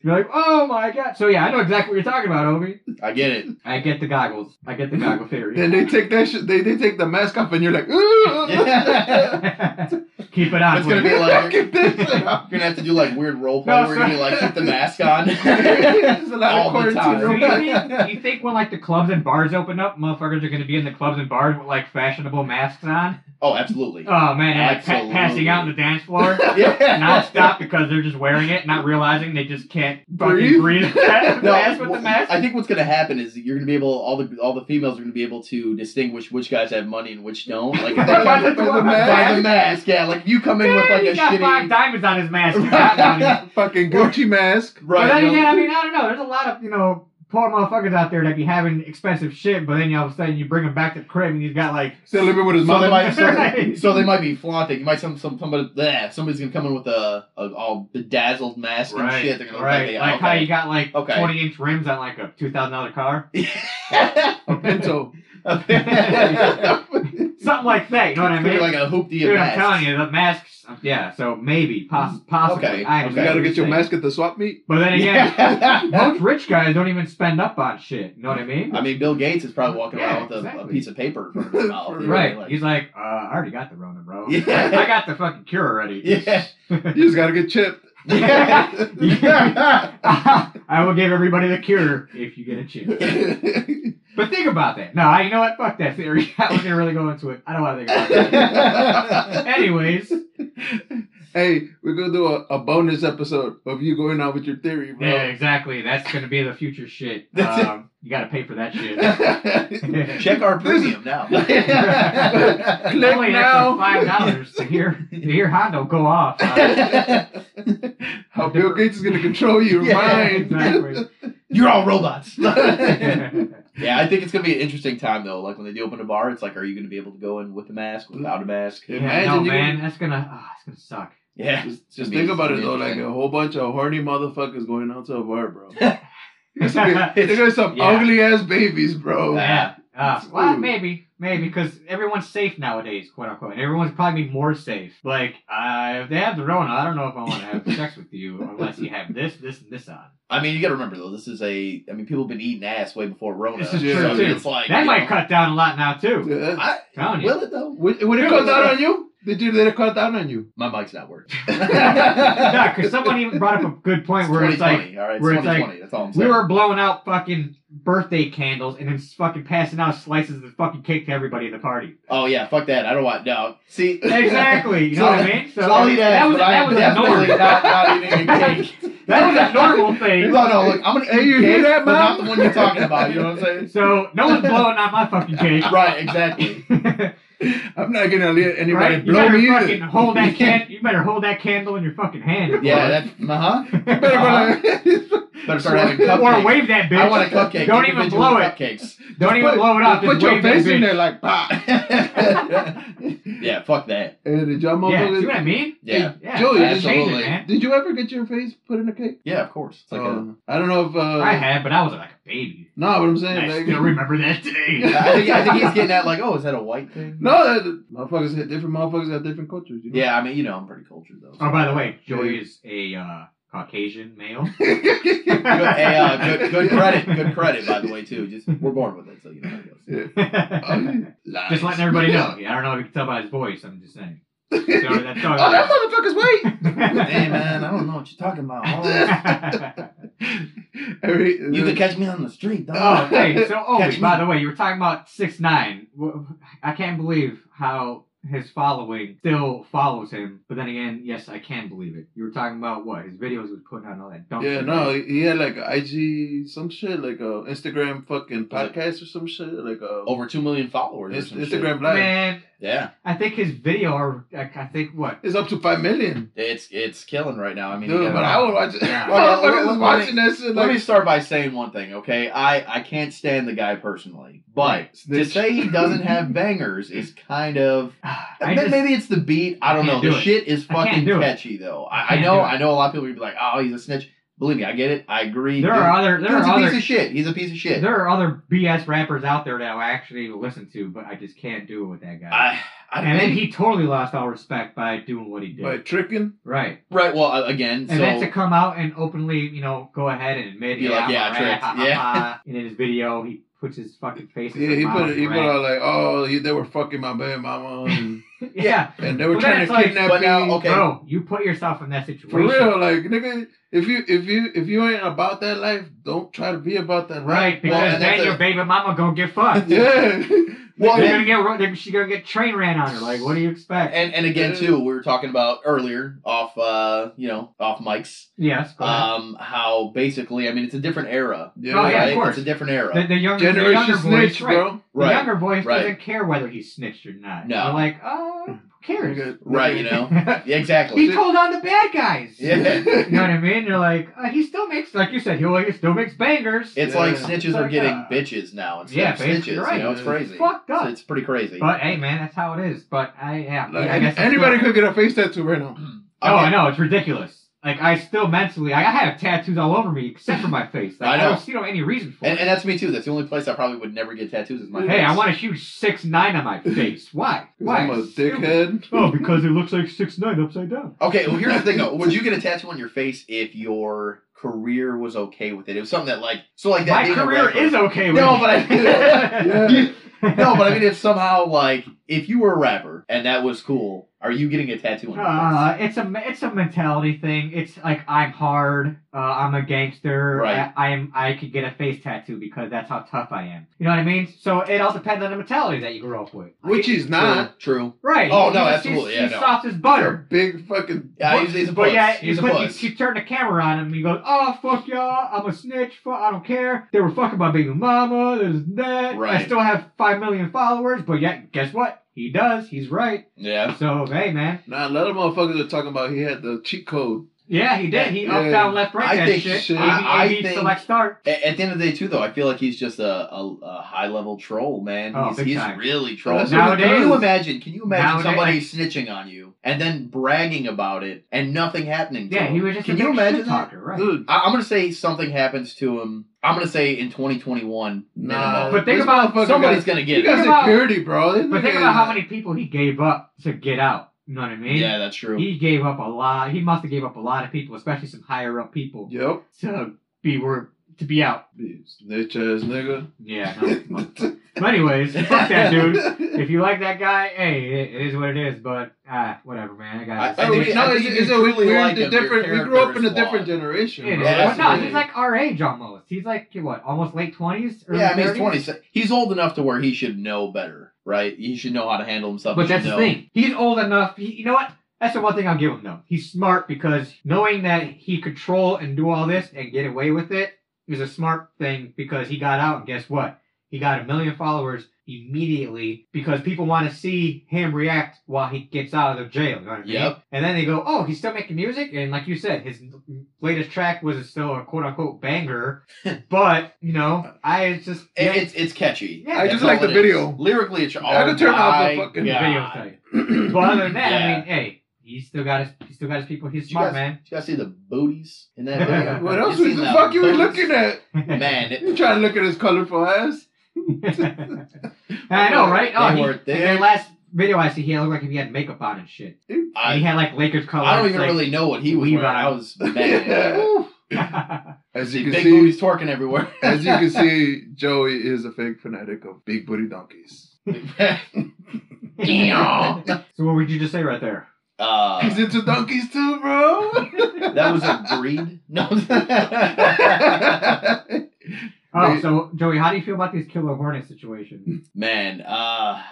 [SPEAKER 1] You're like, oh my god. So yeah, I know exactly what you're talking about, Obi.
[SPEAKER 3] I get it.
[SPEAKER 1] I get the goggles. I get the goggle theory.
[SPEAKER 2] then they take that shit. They, they take the mask off, and you're like, ooh.
[SPEAKER 3] Yeah.
[SPEAKER 1] Keep it on.
[SPEAKER 3] It's gonna
[SPEAKER 1] Woody.
[SPEAKER 3] be like you're
[SPEAKER 2] Get this shit off.
[SPEAKER 3] gonna have to do like weird role play
[SPEAKER 1] No,
[SPEAKER 3] where
[SPEAKER 1] sorry.
[SPEAKER 3] you like keep the mask on.
[SPEAKER 2] There's a lot
[SPEAKER 3] All
[SPEAKER 2] of
[SPEAKER 3] the time.
[SPEAKER 2] quarantine.
[SPEAKER 1] So
[SPEAKER 2] real
[SPEAKER 1] you,
[SPEAKER 2] quick.
[SPEAKER 1] think, you think when like the clubs and bars open up, motherfuckers are gonna be in the clubs and bars with like fashionable masks on?
[SPEAKER 3] oh, absolutely.
[SPEAKER 1] Oh man, and, like pa- passing out on the dance floor.
[SPEAKER 3] yeah.
[SPEAKER 1] not stop because they're just wearing it, not realizing they just can't fucking
[SPEAKER 2] Breathe?
[SPEAKER 1] breathe.
[SPEAKER 3] No,
[SPEAKER 1] mask with the
[SPEAKER 3] well,
[SPEAKER 1] mask.
[SPEAKER 3] I think what's gonna happen is you're gonna be able all the all the females are gonna be able to distinguish which guys have money and which don't. Like if they
[SPEAKER 2] By
[SPEAKER 3] come
[SPEAKER 2] the-
[SPEAKER 3] in-
[SPEAKER 2] by the
[SPEAKER 3] by the
[SPEAKER 2] mask.
[SPEAKER 3] mask, yeah. Like you come in
[SPEAKER 1] Man,
[SPEAKER 3] with like
[SPEAKER 1] he
[SPEAKER 3] a
[SPEAKER 1] got five
[SPEAKER 3] shitty.
[SPEAKER 1] diamonds on his mask. He's not on it.
[SPEAKER 2] Fucking Gucci mask.
[SPEAKER 1] But
[SPEAKER 3] Right.
[SPEAKER 1] then
[SPEAKER 3] you know,
[SPEAKER 1] again, I mean, I don't know. There's a lot of you know poor motherfuckers out there that be having expensive shit, but then all of a sudden you bring him back to the crib and he's got like
[SPEAKER 2] Still living with his
[SPEAKER 3] So they
[SPEAKER 2] mother.
[SPEAKER 3] might, so,
[SPEAKER 1] Right.
[SPEAKER 3] so they might be flaunting. You might some some somebody bleh, somebody's gonna come in with a, a all bedazzled mask and shit. They're gonna look
[SPEAKER 1] right, like
[SPEAKER 3] like
[SPEAKER 1] how you
[SPEAKER 3] they
[SPEAKER 1] got like
[SPEAKER 3] Okay.
[SPEAKER 1] 20 inch rims on like a two thousand dollar car,
[SPEAKER 2] A Pinto.
[SPEAKER 3] okay.
[SPEAKER 1] something like that. You know what I
[SPEAKER 3] Could be
[SPEAKER 1] mean?
[SPEAKER 3] like a hoopty of
[SPEAKER 1] Dude, I'm telling
[SPEAKER 3] mask.
[SPEAKER 1] you, the masks. Yeah, so maybe, poss- possibly.
[SPEAKER 3] Mm-hmm. Okay,
[SPEAKER 1] I
[SPEAKER 3] okay.
[SPEAKER 2] You gotta get
[SPEAKER 1] understand
[SPEAKER 2] your
[SPEAKER 1] what you're saying.
[SPEAKER 2] mask at the swap meet.
[SPEAKER 1] But then again,
[SPEAKER 3] Yeah.
[SPEAKER 1] Most rich guys don't even spend up on shit. You know what I mean?
[SPEAKER 3] I mean, Bill Gates is probably walking
[SPEAKER 1] Yeah,
[SPEAKER 3] around with a, a
[SPEAKER 1] exactly.
[SPEAKER 3] piece of paper in front of his mouth. you know,
[SPEAKER 1] right.
[SPEAKER 3] like-
[SPEAKER 1] He's like, uh, I already got the Rona, bro. I
[SPEAKER 3] Yeah.
[SPEAKER 1] got the fucking cure already.
[SPEAKER 3] Yeah.
[SPEAKER 2] You just gotta get chipped.
[SPEAKER 1] Yeah. I will give everybody the cure if you get a chance. But think about that. No, I, you know what? Fuck that theory. I was gonna really go into it. I don't want to think about that. Anyways,
[SPEAKER 2] hey, we're gonna do a, a bonus episode of you going out with your theory, bro.
[SPEAKER 1] yeah, exactly. That's gonna be the future shit.
[SPEAKER 3] That's it.
[SPEAKER 1] Um, you gotta pay for that shit.
[SPEAKER 3] Check our premium now.
[SPEAKER 1] I
[SPEAKER 2] Click
[SPEAKER 1] only
[SPEAKER 2] now.
[SPEAKER 1] five dollars to hear to hear Hondo go off. on-
[SPEAKER 2] How Bill Gates is gonna control your
[SPEAKER 3] Yeah,
[SPEAKER 2] mind.
[SPEAKER 1] exactly.
[SPEAKER 3] You're all robots. yeah,
[SPEAKER 1] yeah,
[SPEAKER 3] I think it's gonna be an interesting time though. Like when they do open a bar, it's like, are you gonna be able to go in with a mask, without a mask?
[SPEAKER 1] no,
[SPEAKER 2] Imagine you-
[SPEAKER 1] man, that's gonna ah, it's gonna suck.
[SPEAKER 3] Yeah.
[SPEAKER 2] Just,
[SPEAKER 3] It's
[SPEAKER 2] just
[SPEAKER 3] gonna be-
[SPEAKER 2] think about
[SPEAKER 3] it's
[SPEAKER 2] it though,
[SPEAKER 3] gonna
[SPEAKER 2] like a
[SPEAKER 3] be interesting.
[SPEAKER 2] whole bunch of horny motherfuckers going out to a bar, bro. There's gonna be-
[SPEAKER 1] yeah.
[SPEAKER 2] there's gonna be some
[SPEAKER 1] Yeah.
[SPEAKER 2] ugly ass babies, bro.
[SPEAKER 1] Uh,
[SPEAKER 2] It's
[SPEAKER 1] well,
[SPEAKER 2] rude.
[SPEAKER 1] maybe, maybe because everyone's safe nowadays, quote unquote. And everyone's probably more safe. Like, uh, if they have the Rona, I don't know if I want to have sex with you unless you have this, this, and this on.
[SPEAKER 3] I mean, you gotta remember though, this is a. I mean, people have been eating ass way before Rona.
[SPEAKER 1] This is
[SPEAKER 2] true,
[SPEAKER 3] so
[SPEAKER 2] too.
[SPEAKER 3] It's like
[SPEAKER 1] That
[SPEAKER 3] you
[SPEAKER 1] might
[SPEAKER 3] know,
[SPEAKER 1] cut down a lot now too.
[SPEAKER 2] Yeah.
[SPEAKER 3] I,
[SPEAKER 1] I'm telling you.
[SPEAKER 3] will it though?
[SPEAKER 2] Would, would it cut down on you? Did you did it cut down on you?
[SPEAKER 3] My mic's not working.
[SPEAKER 1] No, because someone even brought up a good point where it's like
[SPEAKER 3] 2020, all right,
[SPEAKER 1] where it's like,
[SPEAKER 3] 2020. that's all I'm
[SPEAKER 1] we
[SPEAKER 3] saying.
[SPEAKER 1] were blowing out fucking birthday candles and then fucking passing out slices of the fucking cake to everybody at the party.
[SPEAKER 3] oh yeah, fuck that. I don't want no. See,
[SPEAKER 1] Exactly. You know
[SPEAKER 3] So-
[SPEAKER 1] what I mean? So,
[SPEAKER 3] so I'll eat ass,
[SPEAKER 1] that was
[SPEAKER 3] but
[SPEAKER 1] that
[SPEAKER 3] I'm
[SPEAKER 1] was a
[SPEAKER 3] definitely
[SPEAKER 1] normal.
[SPEAKER 3] not, not eating a cake.
[SPEAKER 1] That was a normal thing.
[SPEAKER 3] No, no, look, I'm gonna
[SPEAKER 2] Hey,
[SPEAKER 3] eat
[SPEAKER 2] you
[SPEAKER 3] cake,
[SPEAKER 2] hear that,
[SPEAKER 3] but not
[SPEAKER 2] Mom?
[SPEAKER 3] the one you're talking about. You know what I'm saying?
[SPEAKER 1] So no one's blowing out my fucking cake.
[SPEAKER 3] Right, exactly.
[SPEAKER 2] I'm not gonna let anybody
[SPEAKER 1] right? You
[SPEAKER 2] blow
[SPEAKER 1] better
[SPEAKER 2] me either.
[SPEAKER 1] fucking hold that can. You better hold that candle in your fucking hand.
[SPEAKER 3] Yeah, that, uh huh.
[SPEAKER 2] You better
[SPEAKER 1] Uh-huh.
[SPEAKER 2] go like-
[SPEAKER 3] Better start having
[SPEAKER 1] or
[SPEAKER 3] cupcakes.
[SPEAKER 1] wave that bitch.
[SPEAKER 3] I want a cupcake.
[SPEAKER 1] Don't
[SPEAKER 3] Give me
[SPEAKER 1] even
[SPEAKER 3] bitch
[SPEAKER 1] blow
[SPEAKER 3] with
[SPEAKER 1] it.
[SPEAKER 3] Cupcakes. Ah.
[SPEAKER 1] Don't even
[SPEAKER 2] Put-
[SPEAKER 1] blow it out.
[SPEAKER 2] Put
[SPEAKER 1] just
[SPEAKER 2] your
[SPEAKER 1] wave that
[SPEAKER 2] face in
[SPEAKER 1] bitch.
[SPEAKER 2] there like bah.
[SPEAKER 3] Yeah, fuck that.
[SPEAKER 2] Hey, did y'all
[SPEAKER 1] Yeah,
[SPEAKER 2] motherfuckers-
[SPEAKER 1] see what I mean?
[SPEAKER 3] Yeah,
[SPEAKER 1] Yeah,
[SPEAKER 2] Joey, did
[SPEAKER 1] that's changing,
[SPEAKER 3] absolutely.
[SPEAKER 1] man.
[SPEAKER 2] Did you ever get your face put in a cake?
[SPEAKER 3] yeah, of course. It's like a-
[SPEAKER 2] Um, I don't know if. Uh,
[SPEAKER 1] I had, but I was like a baby.
[SPEAKER 2] No, what I'm
[SPEAKER 1] And I
[SPEAKER 2] saying.
[SPEAKER 1] still
[SPEAKER 2] Like,
[SPEAKER 1] remember that day.
[SPEAKER 3] I think, I think he's getting at like, oh, is that a white thing?
[SPEAKER 2] no, that, motherfuckers had different motherfuckers have different cultures. You know?
[SPEAKER 3] Yeah, I mean, you know, I'm pretty cultured though. so-
[SPEAKER 1] Oh, by the way, Joey is a uh, Caucasian male.
[SPEAKER 2] Yeah.
[SPEAKER 3] good, hey, uh, good, good credit, good credit, by the way, too. Just we're born with it, so you know. how it goes. uh,
[SPEAKER 1] just letting everybody know. Yeah, I don't know if you can tell by his voice. I'm just saying. So that's all.
[SPEAKER 2] oh, that motherfucker's white.
[SPEAKER 3] Hey man, I don't know what you're talking about. Oh,
[SPEAKER 1] oh,
[SPEAKER 2] Every, uh,
[SPEAKER 3] you could catch me on the street, dog.
[SPEAKER 1] hey, so
[SPEAKER 3] Catch
[SPEAKER 1] Obi,
[SPEAKER 3] me.
[SPEAKER 1] by the way, you were talking about six nine. I can't believe how his following still follows him. But then again, yes, I can believe it. You were talking about what his videos was putting out and all that dumb
[SPEAKER 2] Yeah,
[SPEAKER 1] shit,
[SPEAKER 2] no,
[SPEAKER 1] right?
[SPEAKER 2] he he had like a IG, some shit, like a Instagram fucking
[SPEAKER 3] Was it-
[SPEAKER 2] podcast or some shit, like a
[SPEAKER 3] Over two million followers. or
[SPEAKER 2] Inst-
[SPEAKER 3] some shit.
[SPEAKER 2] Instagram live.
[SPEAKER 1] man.
[SPEAKER 3] Yeah,
[SPEAKER 1] I think his video, or like, I think what?
[SPEAKER 2] It's up to five million.
[SPEAKER 3] it's it's killing right now. I mean, you
[SPEAKER 2] Dude,
[SPEAKER 3] gotta-
[SPEAKER 2] but I would watch it.
[SPEAKER 1] Yeah.
[SPEAKER 3] Well, let-
[SPEAKER 2] Motherfuckers
[SPEAKER 3] let
[SPEAKER 2] is
[SPEAKER 3] me-
[SPEAKER 2] watching that shit
[SPEAKER 3] Let me
[SPEAKER 2] like
[SPEAKER 3] start by saying one thing, okay? I, I can't stand the guy personally, but to
[SPEAKER 2] Snitch.
[SPEAKER 3] say he doesn't have bangers is kind of
[SPEAKER 1] I
[SPEAKER 3] May-
[SPEAKER 1] just-
[SPEAKER 3] maybe it's the beat. I don't
[SPEAKER 1] I
[SPEAKER 3] know.
[SPEAKER 1] can't
[SPEAKER 3] The
[SPEAKER 1] do it.
[SPEAKER 3] shit is
[SPEAKER 1] I can't
[SPEAKER 3] fucking
[SPEAKER 1] do it.
[SPEAKER 3] catchy though.
[SPEAKER 1] I
[SPEAKER 3] I, I
[SPEAKER 1] can't
[SPEAKER 3] know.
[SPEAKER 1] do it.
[SPEAKER 3] I know a lot of people would be like, "Oh, he's a snitch." Believe me, I get it. I agree.
[SPEAKER 1] there
[SPEAKER 3] Dude,
[SPEAKER 1] are other there
[SPEAKER 3] dude's a
[SPEAKER 1] are
[SPEAKER 3] piece
[SPEAKER 1] other
[SPEAKER 3] of shit. He's a piece of shit.
[SPEAKER 1] there are other BS rappers out there that I actually listen to, but I just can't do it with that guy.
[SPEAKER 3] I, I
[SPEAKER 1] and then
[SPEAKER 3] maybe-
[SPEAKER 1] he totally lost all respect by doing what he did.
[SPEAKER 2] by tricking.
[SPEAKER 1] right.
[SPEAKER 3] right. Well, uh, again,
[SPEAKER 1] And then
[SPEAKER 3] so
[SPEAKER 1] to come out and openly, you know, go ahead and admit,
[SPEAKER 3] Be
[SPEAKER 1] yeah,
[SPEAKER 3] like,
[SPEAKER 1] I'm a
[SPEAKER 3] yeah, I
[SPEAKER 1] rat,
[SPEAKER 3] tricked,
[SPEAKER 1] ha, ha,
[SPEAKER 3] yeah.
[SPEAKER 1] ha. And in his video, he puts his fucking face. in
[SPEAKER 2] Yeah,
[SPEAKER 1] the
[SPEAKER 2] he
[SPEAKER 1] mouth
[SPEAKER 2] put he put
[SPEAKER 1] rat.
[SPEAKER 2] out like, oh, he, they were fucking my bad mama, and,
[SPEAKER 1] yeah,
[SPEAKER 2] and they were
[SPEAKER 1] But then
[SPEAKER 2] trying
[SPEAKER 1] it's
[SPEAKER 2] to
[SPEAKER 1] like-
[SPEAKER 2] kidnap
[SPEAKER 3] but now,
[SPEAKER 2] me.
[SPEAKER 3] okay,
[SPEAKER 1] bro, you put yourself in that situation.
[SPEAKER 2] For real, like nigga, if you if you if you ain't about that life, don't try to be about that
[SPEAKER 1] Right,
[SPEAKER 2] life.
[SPEAKER 1] because
[SPEAKER 3] and that's
[SPEAKER 1] then your
[SPEAKER 3] a-
[SPEAKER 1] baby mama gonna get fucked.
[SPEAKER 2] Yeah.
[SPEAKER 3] Well,
[SPEAKER 1] They're
[SPEAKER 3] and-
[SPEAKER 1] gonna get ro- they're- she's gonna get train ran on her. Like, what do you expect?
[SPEAKER 3] And and again too, we were talking about earlier off uh you know off mics
[SPEAKER 1] yes, go ahead.
[SPEAKER 3] um how basically I mean it's a different era.
[SPEAKER 2] yeah.
[SPEAKER 1] Oh, yeah, of
[SPEAKER 3] right?
[SPEAKER 1] course.
[SPEAKER 3] It's a different era.
[SPEAKER 1] the, the younger, the
[SPEAKER 2] Generation
[SPEAKER 1] younger voice,
[SPEAKER 2] snitch,
[SPEAKER 1] right.
[SPEAKER 2] bro.
[SPEAKER 1] The
[SPEAKER 3] right.
[SPEAKER 1] younger voice
[SPEAKER 3] right.
[SPEAKER 1] doesn't care whether he snitched or not.
[SPEAKER 3] No.
[SPEAKER 1] They're like, oh, who cares?
[SPEAKER 3] Right, you know. Yeah, exactly.
[SPEAKER 1] he told on the bad guys.
[SPEAKER 3] Yeah.
[SPEAKER 1] You know what I mean? You're like, uh, he still makes, like you said, he he still makes bangers.
[SPEAKER 3] It's like
[SPEAKER 2] Yeah.
[SPEAKER 3] snitches are
[SPEAKER 1] Like,
[SPEAKER 3] getting
[SPEAKER 1] uh,
[SPEAKER 3] bitches now instead
[SPEAKER 1] yeah,
[SPEAKER 3] of
[SPEAKER 1] basically,
[SPEAKER 3] snitches.
[SPEAKER 1] you're right.
[SPEAKER 3] You know, it's crazy.
[SPEAKER 1] fucked
[SPEAKER 3] It's,
[SPEAKER 1] up.
[SPEAKER 3] it's pretty crazy.
[SPEAKER 1] But hey, man, that's how it is. But I, yeah,
[SPEAKER 2] Like,
[SPEAKER 1] yeah, I guess I'm
[SPEAKER 2] anybody
[SPEAKER 1] Still,
[SPEAKER 2] could get a face tattoo right now.
[SPEAKER 1] oh, I
[SPEAKER 3] mean,
[SPEAKER 1] know it's ridiculous. Like I still mentally, I, I have tattoos all over me except for my face. Like,
[SPEAKER 3] I
[SPEAKER 1] I,
[SPEAKER 3] know.
[SPEAKER 1] don't see no any reason for
[SPEAKER 3] And,
[SPEAKER 1] it.
[SPEAKER 3] and that's me too. That's the only place I probably would never get tattoos is my
[SPEAKER 1] hey,
[SPEAKER 3] face.
[SPEAKER 1] I want a huge six nine on my face. Why?
[SPEAKER 2] 'Cause
[SPEAKER 1] Why?
[SPEAKER 2] I'm a
[SPEAKER 1] Stupid.
[SPEAKER 2] dickhead.
[SPEAKER 1] Oh, because it looks like six nine upside down.
[SPEAKER 3] Okay, well here's the thing though. Would you get a tattoo on your face if your career was okay with it? It was something that like so like that.
[SPEAKER 1] My
[SPEAKER 3] being a
[SPEAKER 1] career
[SPEAKER 3] rapper-
[SPEAKER 1] is okay. With
[SPEAKER 3] No, but I-
[SPEAKER 2] Yeah.
[SPEAKER 3] no, but I mean, if somehow, like, if you were a rapper and that was cool, Are you getting a tattoo on your face?
[SPEAKER 1] Uh, it's a me- it's a mentality thing. It's like I'm hard. Uh, I'm a gangster.
[SPEAKER 3] Right.
[SPEAKER 1] I, I'm I could get a face tattoo because that's how tough I am. You know what I mean? So it all depends on the mentality that you grow up with.
[SPEAKER 2] Which he's not.
[SPEAKER 3] true.
[SPEAKER 1] Right.
[SPEAKER 3] Oh, no,
[SPEAKER 1] He's-
[SPEAKER 3] absolutely,
[SPEAKER 1] He's,
[SPEAKER 3] yeah,
[SPEAKER 1] he's
[SPEAKER 3] no.
[SPEAKER 1] soft as
[SPEAKER 2] You're a
[SPEAKER 1] butter.
[SPEAKER 2] big fucking.
[SPEAKER 3] Yeah,
[SPEAKER 2] butt.
[SPEAKER 3] he's, he's a
[SPEAKER 1] But
[SPEAKER 3] puss.
[SPEAKER 1] yeah,
[SPEAKER 3] he's a
[SPEAKER 1] but
[SPEAKER 3] puss.
[SPEAKER 1] You, you turn the camera on him. He goes, "Oh fuck y'all, I'm a snitch. Fuck, I don't care. They were fucking my baby mama. There's that.
[SPEAKER 3] Right.
[SPEAKER 1] I still have five million followers, but yet, guess what? He does. He's right.
[SPEAKER 3] yeah.
[SPEAKER 1] So hey, man.
[SPEAKER 2] Nah, a lot of motherfuckers are talking about he had the cheat code.
[SPEAKER 1] Yeah, he did. He up,
[SPEAKER 2] Yeah.
[SPEAKER 1] down, left, right.
[SPEAKER 3] I
[SPEAKER 1] that
[SPEAKER 3] think-
[SPEAKER 1] shit.
[SPEAKER 2] shit,
[SPEAKER 3] I-
[SPEAKER 1] AB,
[SPEAKER 3] I think-
[SPEAKER 1] select start.
[SPEAKER 3] A- At the end of the day, too, though, I feel like he's just a, a, a high level troll, man.
[SPEAKER 1] Oh,
[SPEAKER 3] he's
[SPEAKER 1] big
[SPEAKER 3] he's
[SPEAKER 1] time.
[SPEAKER 3] really trolling.
[SPEAKER 2] That's what
[SPEAKER 1] it
[SPEAKER 3] can you
[SPEAKER 1] is.
[SPEAKER 3] imagine? Can you imagine
[SPEAKER 1] Nowadays,
[SPEAKER 3] somebody snitching on you and then bragging about it and nothing happening? To
[SPEAKER 1] Yeah,
[SPEAKER 3] him?
[SPEAKER 1] he was just
[SPEAKER 3] Can
[SPEAKER 1] a
[SPEAKER 3] you
[SPEAKER 1] big
[SPEAKER 3] imagine
[SPEAKER 1] shit
[SPEAKER 3] that?
[SPEAKER 1] talker, right?
[SPEAKER 2] Dude,
[SPEAKER 3] I, I'm gonna say something happens to him. I'm gonna say in 2021,
[SPEAKER 2] nah.
[SPEAKER 3] minimum,
[SPEAKER 1] But think
[SPEAKER 2] this
[SPEAKER 1] about-
[SPEAKER 2] motherfucker
[SPEAKER 3] somebody's
[SPEAKER 2] got-
[SPEAKER 3] gonna
[SPEAKER 2] He
[SPEAKER 3] get it.
[SPEAKER 1] Think
[SPEAKER 2] got
[SPEAKER 1] about-
[SPEAKER 2] security, bro. This
[SPEAKER 1] But think
[SPEAKER 2] nigga
[SPEAKER 1] about how
[SPEAKER 2] is-
[SPEAKER 1] many people he gave up to get out. You know what I mean?
[SPEAKER 3] Yeah, that's true.
[SPEAKER 1] He gave up a lot. He must have gave up a lot of people, especially some higher up people,
[SPEAKER 2] Yep.
[SPEAKER 1] to be were to be out.
[SPEAKER 2] Snitch ass nigga.
[SPEAKER 1] Yeah. no. but anyways, fuck that dude. If you like that guy, hey, it, it is what it is. But ah, whatever, man. I
[SPEAKER 3] I- I
[SPEAKER 1] got.
[SPEAKER 2] I
[SPEAKER 3] think-
[SPEAKER 2] mean, no,
[SPEAKER 3] I
[SPEAKER 2] it's,
[SPEAKER 3] think
[SPEAKER 2] it's a,
[SPEAKER 3] you truly
[SPEAKER 2] we're
[SPEAKER 3] like
[SPEAKER 2] the
[SPEAKER 3] him, your
[SPEAKER 2] different. We
[SPEAKER 3] character
[SPEAKER 2] grew up in a
[SPEAKER 3] is flawed.
[SPEAKER 2] different generation.
[SPEAKER 1] It is.
[SPEAKER 2] bro.
[SPEAKER 3] Yeah,
[SPEAKER 1] Well,
[SPEAKER 2] That's
[SPEAKER 1] no,
[SPEAKER 2] the
[SPEAKER 1] he's
[SPEAKER 2] thing.
[SPEAKER 1] like our age almost. He's like what, almost late twenties?
[SPEAKER 3] yeah, I mean, he's 20. He's old enough to where he should know better, right? He should know how to handle himself.
[SPEAKER 1] But
[SPEAKER 3] He should
[SPEAKER 1] that's the
[SPEAKER 3] know-
[SPEAKER 1] thing. He's old enough. He, you know what? That's the one thing I'll give him though. He's smart because knowing that he control and do all this and get away with it is a smart thing because he got out and guess what? He got a million followers immediately because people want to see him react while he gets out of the jail. You know what I mean?
[SPEAKER 3] Yep.
[SPEAKER 1] And then they go, "Oh, he's still making music." And like you said, his latest track was still a quote unquote banger, but you know, I it's just
[SPEAKER 3] It- It's it's catchy.
[SPEAKER 1] Yeah.
[SPEAKER 2] I
[SPEAKER 3] That's
[SPEAKER 2] just like
[SPEAKER 3] all
[SPEAKER 2] the
[SPEAKER 3] it is.
[SPEAKER 2] video.
[SPEAKER 3] Lyrically, it's
[SPEAKER 2] I could turn off the fucking
[SPEAKER 1] yeah, video
[SPEAKER 3] God.
[SPEAKER 1] type. But other than that,
[SPEAKER 3] Yeah.
[SPEAKER 1] I mean, hey, he still got his he still got his people. He's
[SPEAKER 3] Did you
[SPEAKER 1] smart,
[SPEAKER 3] guys-
[SPEAKER 1] man.
[SPEAKER 3] Did you guys see the booties in that
[SPEAKER 1] Yeah.
[SPEAKER 3] video?
[SPEAKER 2] what else? Was
[SPEAKER 3] You seen
[SPEAKER 2] the
[SPEAKER 3] that
[SPEAKER 2] fuck you were
[SPEAKER 3] boots?
[SPEAKER 2] looking at?
[SPEAKER 3] Man, it-
[SPEAKER 2] You trying to look at his colorful ass?
[SPEAKER 1] I know, right? Oh,
[SPEAKER 3] they
[SPEAKER 1] he,
[SPEAKER 3] were thick.
[SPEAKER 1] and then last video I see, he looked like he had makeup on and shit. And he
[SPEAKER 3] I,
[SPEAKER 1] had like Lakers colors.
[SPEAKER 3] I don't even
[SPEAKER 1] like,
[SPEAKER 3] really know what he was wearing.
[SPEAKER 1] Levi.
[SPEAKER 3] I was mad.
[SPEAKER 2] Yeah.
[SPEAKER 3] Ooh,
[SPEAKER 2] As you
[SPEAKER 3] Big
[SPEAKER 2] can see,
[SPEAKER 3] booties twerking everywhere.
[SPEAKER 2] as you can see, Joey is a fake fanatic of big booty donkeys.
[SPEAKER 3] Yeah.
[SPEAKER 1] so what would you just say right there?
[SPEAKER 3] uh,
[SPEAKER 2] He's into donkeys too, bro.
[SPEAKER 3] that was a breed. No.
[SPEAKER 1] Oh,
[SPEAKER 2] They-
[SPEAKER 1] so Joey, how do you feel about these killer hornet situations?
[SPEAKER 3] Man, uh,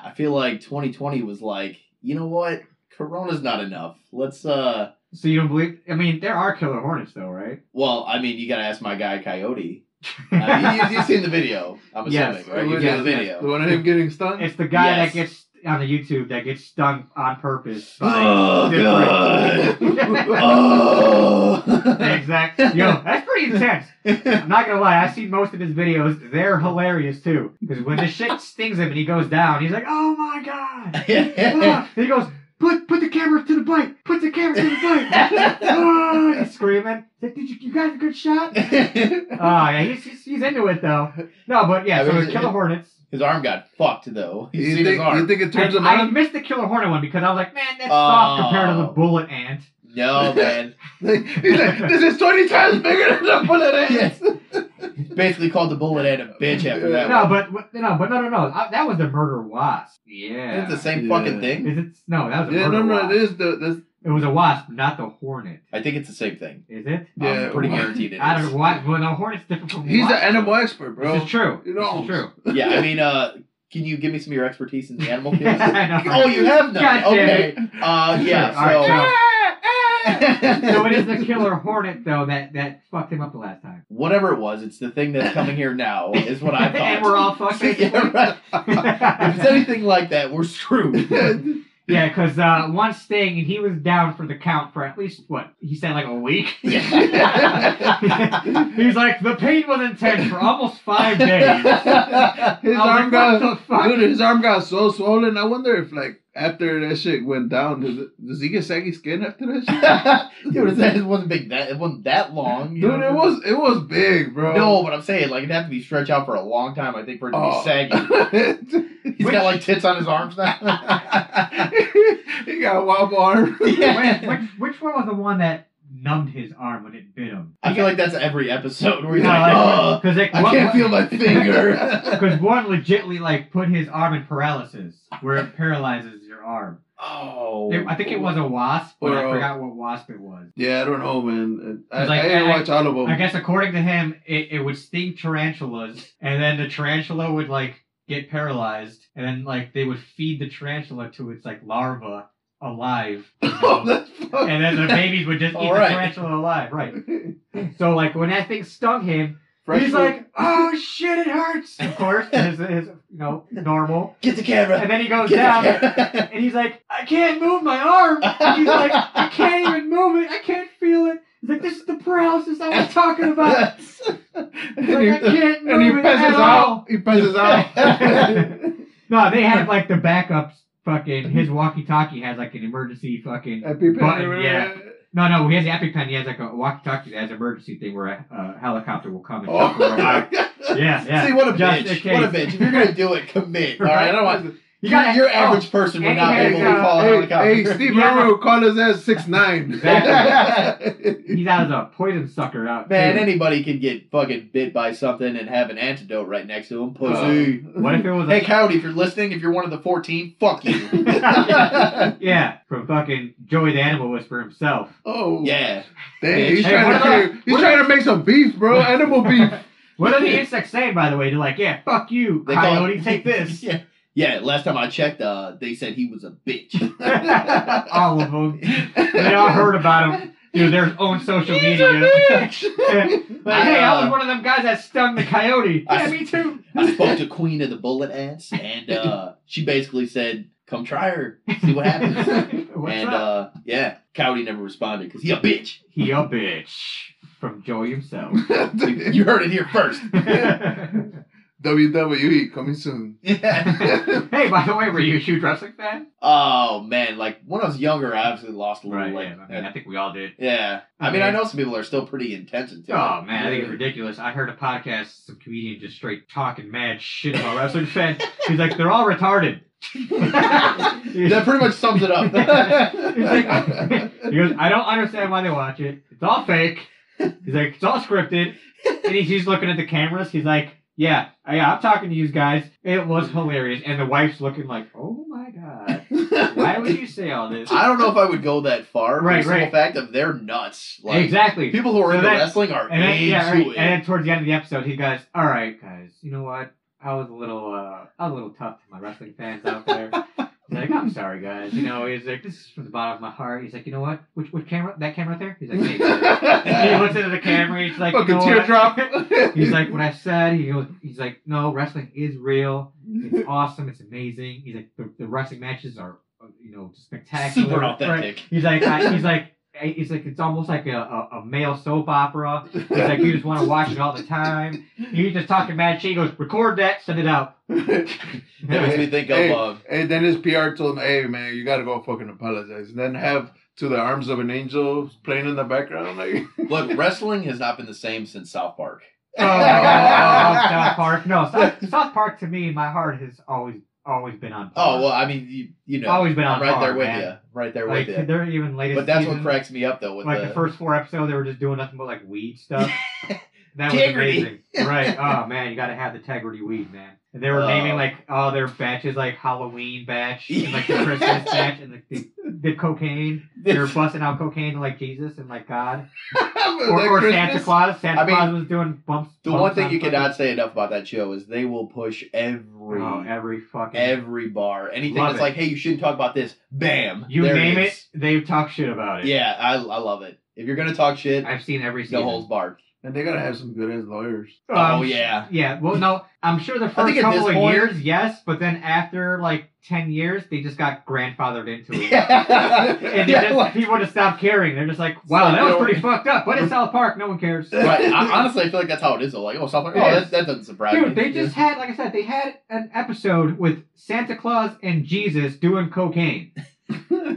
[SPEAKER 3] I feel like 2020 was like, you know what? Corona's not enough. Let's uh,
[SPEAKER 1] so you don't believe? I mean, there are killer hornets though, right?
[SPEAKER 3] well, I mean, you gotta ask my guy Coyote. Uh, you, you, have seen the video, I'm assuming,
[SPEAKER 1] Yes.
[SPEAKER 3] right? You've
[SPEAKER 1] Yes,
[SPEAKER 3] seen the
[SPEAKER 1] yes.
[SPEAKER 2] the
[SPEAKER 3] video.
[SPEAKER 2] one of him getting stung.
[SPEAKER 1] it's the guy
[SPEAKER 3] Yes.
[SPEAKER 1] that gets on the YouTube that gets stung on purpose by.
[SPEAKER 3] Oh god. oh.
[SPEAKER 1] exact. Yo, that's pretty intense. I'm not gonna lie, I've seen most of his videos. They're hilarious too. Because when the shit stings him and he goes down, he's like, "Oh my god!" Ah. he goes, "Put put the camera to the bike. Put the camera to the bike." Ah, he's screaming. He's like, Did you, you got a good shot? Oh yeah, he's, he's he's into it though. No, but yeah,
[SPEAKER 3] I
[SPEAKER 1] so
[SPEAKER 3] mean,
[SPEAKER 1] the killer
[SPEAKER 3] it-
[SPEAKER 1] hornets.
[SPEAKER 3] his arm got fucked though. You,
[SPEAKER 2] you,
[SPEAKER 3] seen his
[SPEAKER 2] think,
[SPEAKER 3] arm?
[SPEAKER 2] you think it turns
[SPEAKER 1] And
[SPEAKER 2] him
[SPEAKER 1] I
[SPEAKER 2] on?
[SPEAKER 1] missed the killer hornet one because I was like, "Man, that's
[SPEAKER 3] Oh.
[SPEAKER 1] soft compared to the bullet ant."
[SPEAKER 3] no man.
[SPEAKER 2] He's like, this is 20 times bigger than the bullet ants.
[SPEAKER 3] Basically called the bullet head a bitch after that.
[SPEAKER 1] No,
[SPEAKER 3] one.
[SPEAKER 1] but but- no, but no, no, no. I- that was the murder wasp. Yeah.
[SPEAKER 3] It's the same
[SPEAKER 2] Yeah.
[SPEAKER 3] fucking thing.
[SPEAKER 1] Is it? No, that was a
[SPEAKER 2] Yeah, no,
[SPEAKER 1] murder
[SPEAKER 2] no,
[SPEAKER 1] wasp.
[SPEAKER 2] it is the, that's,
[SPEAKER 1] It was a wasp, not the hornet.
[SPEAKER 3] I think it's the same thing.
[SPEAKER 1] Is it? Um,
[SPEAKER 2] yeah.
[SPEAKER 3] I'm pretty guaranteed it is.
[SPEAKER 1] I don't know why. Well, no, hornet's different from
[SPEAKER 2] He's an
[SPEAKER 1] wasp.
[SPEAKER 2] animal expert, bro.
[SPEAKER 1] This is true.
[SPEAKER 2] You know.
[SPEAKER 1] This is true.
[SPEAKER 3] Yeah, I mean, uh, can you give me some of your expertise in the animal kingdom?
[SPEAKER 1] I know.
[SPEAKER 3] oh, you have none.
[SPEAKER 1] God damn
[SPEAKER 3] okay. Uh, yeah.
[SPEAKER 1] All right,
[SPEAKER 3] So,
[SPEAKER 1] So it is the killer hornet though that that fucked him up the last time.
[SPEAKER 3] whatever it was, it's the thing that's coming here now. Is what I thought.
[SPEAKER 1] and we're all fucked.
[SPEAKER 3] yeah, right. If it's
[SPEAKER 1] basically.
[SPEAKER 3] anything like that, we're screwed.
[SPEAKER 1] yeah, because uh, one sting and he was down for the count for at least what he said like a week. He's like the pain was intense for almost five days.
[SPEAKER 2] his
[SPEAKER 1] I was
[SPEAKER 2] arm
[SPEAKER 1] like, what
[SPEAKER 2] got
[SPEAKER 1] the fuck?
[SPEAKER 2] Dude, his arm got so swollen. I wonder if, like, after that shit went down, does, it, does he get saggy skin after that shit?
[SPEAKER 3] Dude, it's- it wasn't big that it wasn't that long. you
[SPEAKER 2] Dude,
[SPEAKER 3] know?
[SPEAKER 2] it was it was big, bro.
[SPEAKER 3] No, but I'm saying like it'd have to be stretched out for a long time. I think for it to
[SPEAKER 2] Oh.
[SPEAKER 3] be saggy. He's
[SPEAKER 1] Which-
[SPEAKER 3] got like tits on his arms now.
[SPEAKER 2] he got a wobble arm.
[SPEAKER 1] Wait,
[SPEAKER 3] Yeah.
[SPEAKER 1] which, which one was the one that numbed his arm when it bit him?
[SPEAKER 3] I feel like that's every episode where he's
[SPEAKER 1] No,
[SPEAKER 3] like,
[SPEAKER 1] like,
[SPEAKER 3] oh,
[SPEAKER 1] 'cause it-
[SPEAKER 3] I
[SPEAKER 1] one-
[SPEAKER 3] can't feel my finger.
[SPEAKER 1] Because one legitly like put his arm in paralysis, where it paralyzes your arm.
[SPEAKER 3] Oh,
[SPEAKER 1] It- I think it was a wasp, but I
[SPEAKER 2] Or-
[SPEAKER 1] forgot what wasp it was.
[SPEAKER 2] Yeah, I don't know, man. I,
[SPEAKER 1] It's like-
[SPEAKER 2] I didn't
[SPEAKER 1] I-
[SPEAKER 2] watch all of them.
[SPEAKER 1] I guess according to him, it, it would sting tarantulas, and then the tarantula would like get paralyzed, and then like they would feed the tarantula to its like larva alive, you
[SPEAKER 2] oh,
[SPEAKER 1] know?
[SPEAKER 2] that's fuck.
[SPEAKER 1] and then the babies would just eat
[SPEAKER 3] All right.
[SPEAKER 1] the tarantula alive, right? So like when that thing stung him,
[SPEAKER 2] Fresh
[SPEAKER 1] he's
[SPEAKER 2] food.
[SPEAKER 1] like, "Oh shit, it hurts!" Of course, his, his you know normal,
[SPEAKER 3] Get the camera.
[SPEAKER 1] and then he goes
[SPEAKER 3] Get
[SPEAKER 1] down.
[SPEAKER 3] the camera.
[SPEAKER 1] And he's like, I can't move my arm. And he's like, I can't even move it. I can't feel it. He's like, this is the paralysis I was talking about.
[SPEAKER 2] and,
[SPEAKER 1] He's like, I
[SPEAKER 2] he,
[SPEAKER 1] can't
[SPEAKER 2] and he
[SPEAKER 1] move it at
[SPEAKER 2] passes out.
[SPEAKER 1] all.
[SPEAKER 2] He passes out.
[SPEAKER 1] No, they had like the backups. Fucking his walkie-talkie has like an emergency fucking.
[SPEAKER 2] Happy
[SPEAKER 1] Button, yeah. No, no, he has the EpiPen. He has like a walkie-talkie that has an emergency thing where a uh, helicopter will come and
[SPEAKER 2] Oh,
[SPEAKER 1] talk over. Yeah, yeah.
[SPEAKER 3] See what a
[SPEAKER 1] Just in
[SPEAKER 3] bitch!
[SPEAKER 1] case.
[SPEAKER 3] What a bitch! If you're gonna do it, commit. All right, I don't want
[SPEAKER 1] You got
[SPEAKER 3] your average person would
[SPEAKER 1] and
[SPEAKER 3] not be
[SPEAKER 1] he
[SPEAKER 3] able to
[SPEAKER 1] has, uh,
[SPEAKER 3] follow a
[SPEAKER 2] Hey,
[SPEAKER 3] helicopter.
[SPEAKER 2] hey, Steve
[SPEAKER 1] Yeah.
[SPEAKER 2] Irwin called his ass six nine.
[SPEAKER 3] Exactly.
[SPEAKER 1] He's out as a poison sucker out.
[SPEAKER 3] Man,
[SPEAKER 1] too.
[SPEAKER 3] anybody can get fucking bit by something and have an antidote right next
[SPEAKER 1] Oh.
[SPEAKER 3] to him.
[SPEAKER 2] Uh,
[SPEAKER 3] Pussy.
[SPEAKER 1] what if it was a
[SPEAKER 3] hey, Coyote, if you're listening, if you're one of the 14, fuck you.
[SPEAKER 1] Yeah, from fucking Joey the Animal Whisperer himself.
[SPEAKER 2] oh
[SPEAKER 3] yeah.
[SPEAKER 2] Dang, he's
[SPEAKER 1] Hey,
[SPEAKER 2] trying to
[SPEAKER 1] what
[SPEAKER 2] carry- he's
[SPEAKER 1] what
[SPEAKER 2] trying to make some beef, bro. Animal beef.
[SPEAKER 1] What are the insects saying, by the way? They're like, yeah, fuck you,
[SPEAKER 3] They call-
[SPEAKER 1] coyote, take this.
[SPEAKER 3] yeah. Yeah, last time I checked, uh, they said he was a bitch.
[SPEAKER 1] all of them. They all heard about him through their own social
[SPEAKER 2] He's a
[SPEAKER 1] media.
[SPEAKER 2] bitch.
[SPEAKER 1] Like, hey, I
[SPEAKER 3] uh,
[SPEAKER 1] was one of them guys that stung the coyote.
[SPEAKER 3] I-
[SPEAKER 1] yeah, me too.
[SPEAKER 3] I spoke to Queen of the Bullet Ants, and uh, she basically said, come try her, see what happens.
[SPEAKER 1] What's
[SPEAKER 3] and
[SPEAKER 1] up?
[SPEAKER 3] uh, yeah, Coyote never responded because he a bitch.
[SPEAKER 1] he a bitch. From Joey himself.
[SPEAKER 3] You heard it here first.
[SPEAKER 1] hey,
[SPEAKER 2] WWE E coming soon.
[SPEAKER 1] by the way, were you a huge wrestling fan?
[SPEAKER 3] oh man, like when I was younger, I obviously lost a little. like,
[SPEAKER 1] yeah. I, mean, I think we all did.
[SPEAKER 3] Yeah. I mean, I know some people are still pretty intense into
[SPEAKER 1] Oh
[SPEAKER 3] it.
[SPEAKER 1] man, I think it's ridiculous. I heard a podcast, some comedian just straight talking mad shit about wrestling fans. He's like, they're all retarded. He's
[SPEAKER 3] That pretty much sums it up.
[SPEAKER 1] like, he goes, I don't understand why they watch it. It's all fake. He's like, it's all scripted. And he's, he's looking at the cameras. He's like, yeah, yeah, I'm talking to you guys. It was hilarious. And the wife's looking like, oh my god, why would you say all this?
[SPEAKER 3] I don't know if I would go that far.
[SPEAKER 1] Right,
[SPEAKER 3] for the simple
[SPEAKER 1] right.
[SPEAKER 3] fact of they're nuts. Like
[SPEAKER 1] exactly.
[SPEAKER 3] people who are
[SPEAKER 1] So
[SPEAKER 3] into
[SPEAKER 1] that-
[SPEAKER 3] wrestling are
[SPEAKER 1] And then,
[SPEAKER 3] into
[SPEAKER 1] yeah, right. and
[SPEAKER 3] it.
[SPEAKER 1] then towards the end of the episode, he goes, "All right, guys, you know what? I was a little, uh, I was a little tough to my wrestling fans out there. He's like, I'm sorry, guys. You know, he's like, this is from the bottom of my heart. He's like, you know what? Which, which camera? That camera out there? He's like, hey, guys." he looks into the camera. He's like, you
[SPEAKER 2] Fucking
[SPEAKER 1] know what?
[SPEAKER 2] teardrop.
[SPEAKER 1] He's like, what I said. He goes, he's like, no, wrestling is real. It's awesome. It's amazing. He's like, the, the wrestling matches are, uh, you know, spectacular.
[SPEAKER 3] Super
[SPEAKER 1] Right.
[SPEAKER 3] authentic.
[SPEAKER 1] He's like, I, he's like, I- he's like, it's almost like a, a, a male soap opera. He's like, you just want to watch it all the time. He's just talking mad shit. He goes, record that, send it out.
[SPEAKER 3] That makes me think of
[SPEAKER 2] Hey.
[SPEAKER 3] uh,
[SPEAKER 2] And then his PR told him, "Hey man, you gotta go fucking apologize." And then have "To the Arms of an Angel" playing in the background, like
[SPEAKER 3] look, wrestling has not been the same since South Park.
[SPEAKER 1] Oh, South Park. No, South, South Park to me, my heart has always, always been on. Par.
[SPEAKER 3] Oh well, I mean, you, you know,
[SPEAKER 1] always been on
[SPEAKER 3] I'm right
[SPEAKER 1] par,
[SPEAKER 3] there with
[SPEAKER 1] man.
[SPEAKER 3] you, right there
[SPEAKER 1] Like,
[SPEAKER 3] with you.
[SPEAKER 1] they're even latest.
[SPEAKER 3] But that's
[SPEAKER 1] season,
[SPEAKER 3] what cracks me up though. With
[SPEAKER 1] Like the,
[SPEAKER 3] the
[SPEAKER 1] first four episodes, they were just doing nothing but like weed stuff. that was
[SPEAKER 3] Integrity.
[SPEAKER 1] amazing, right? Oh man, you got to have the integrity weed, man. And they were
[SPEAKER 3] Oh.
[SPEAKER 1] naming like all their batches, like Halloween batch, and, like the Christmas batch, and like, the, the cocaine. They were busting out cocaine to like Jesus and like God, or,
[SPEAKER 2] That
[SPEAKER 1] or Santa
[SPEAKER 2] Christmas?
[SPEAKER 1] Claus. Santa
[SPEAKER 3] I mean,
[SPEAKER 1] Claus was doing bumps.
[SPEAKER 3] The
[SPEAKER 1] bumps
[SPEAKER 3] one thing
[SPEAKER 1] on
[SPEAKER 3] you
[SPEAKER 1] fucking-
[SPEAKER 3] cannot say enough about that show is they will push every
[SPEAKER 1] Oh, every fucking
[SPEAKER 3] every bar. Anything
[SPEAKER 1] Love
[SPEAKER 3] that's
[SPEAKER 1] it.
[SPEAKER 3] like, hey, you shouldn't talk about this. Bam.
[SPEAKER 1] you
[SPEAKER 3] there
[SPEAKER 1] name it,
[SPEAKER 3] is.
[SPEAKER 1] they talk shit about it.
[SPEAKER 3] Yeah, I, I love it. If you're gonna talk shit,
[SPEAKER 1] I've seen every
[SPEAKER 3] no
[SPEAKER 1] season.
[SPEAKER 3] holds barred.
[SPEAKER 2] And they gotta have some good ass lawyers.
[SPEAKER 1] Um,
[SPEAKER 3] oh yeah.
[SPEAKER 1] Yeah, well, no, I'm sure the
[SPEAKER 3] think
[SPEAKER 1] first
[SPEAKER 3] at
[SPEAKER 1] couple
[SPEAKER 3] this
[SPEAKER 1] of
[SPEAKER 3] point-
[SPEAKER 1] years, yes, but then after like ten years, they just got grandfathered into it. And
[SPEAKER 3] Yeah.
[SPEAKER 1] they
[SPEAKER 3] yeah
[SPEAKER 1] just,
[SPEAKER 3] like-
[SPEAKER 1] people just stopped caring. They're just like, wow,
[SPEAKER 2] like
[SPEAKER 1] that
[SPEAKER 2] they
[SPEAKER 1] was
[SPEAKER 2] don't-
[SPEAKER 1] pretty fucked up. But it's South Park. No one cares. Dude,
[SPEAKER 3] right. I, honestly, I feel like that's how it is. Though. Like, oh, South Park.
[SPEAKER 1] It
[SPEAKER 3] Oh,
[SPEAKER 1] is.
[SPEAKER 3] that, that doesn't surprise me.
[SPEAKER 1] they just had, like I said, they had an episode with Santa Claus and Jesus doing cocaine,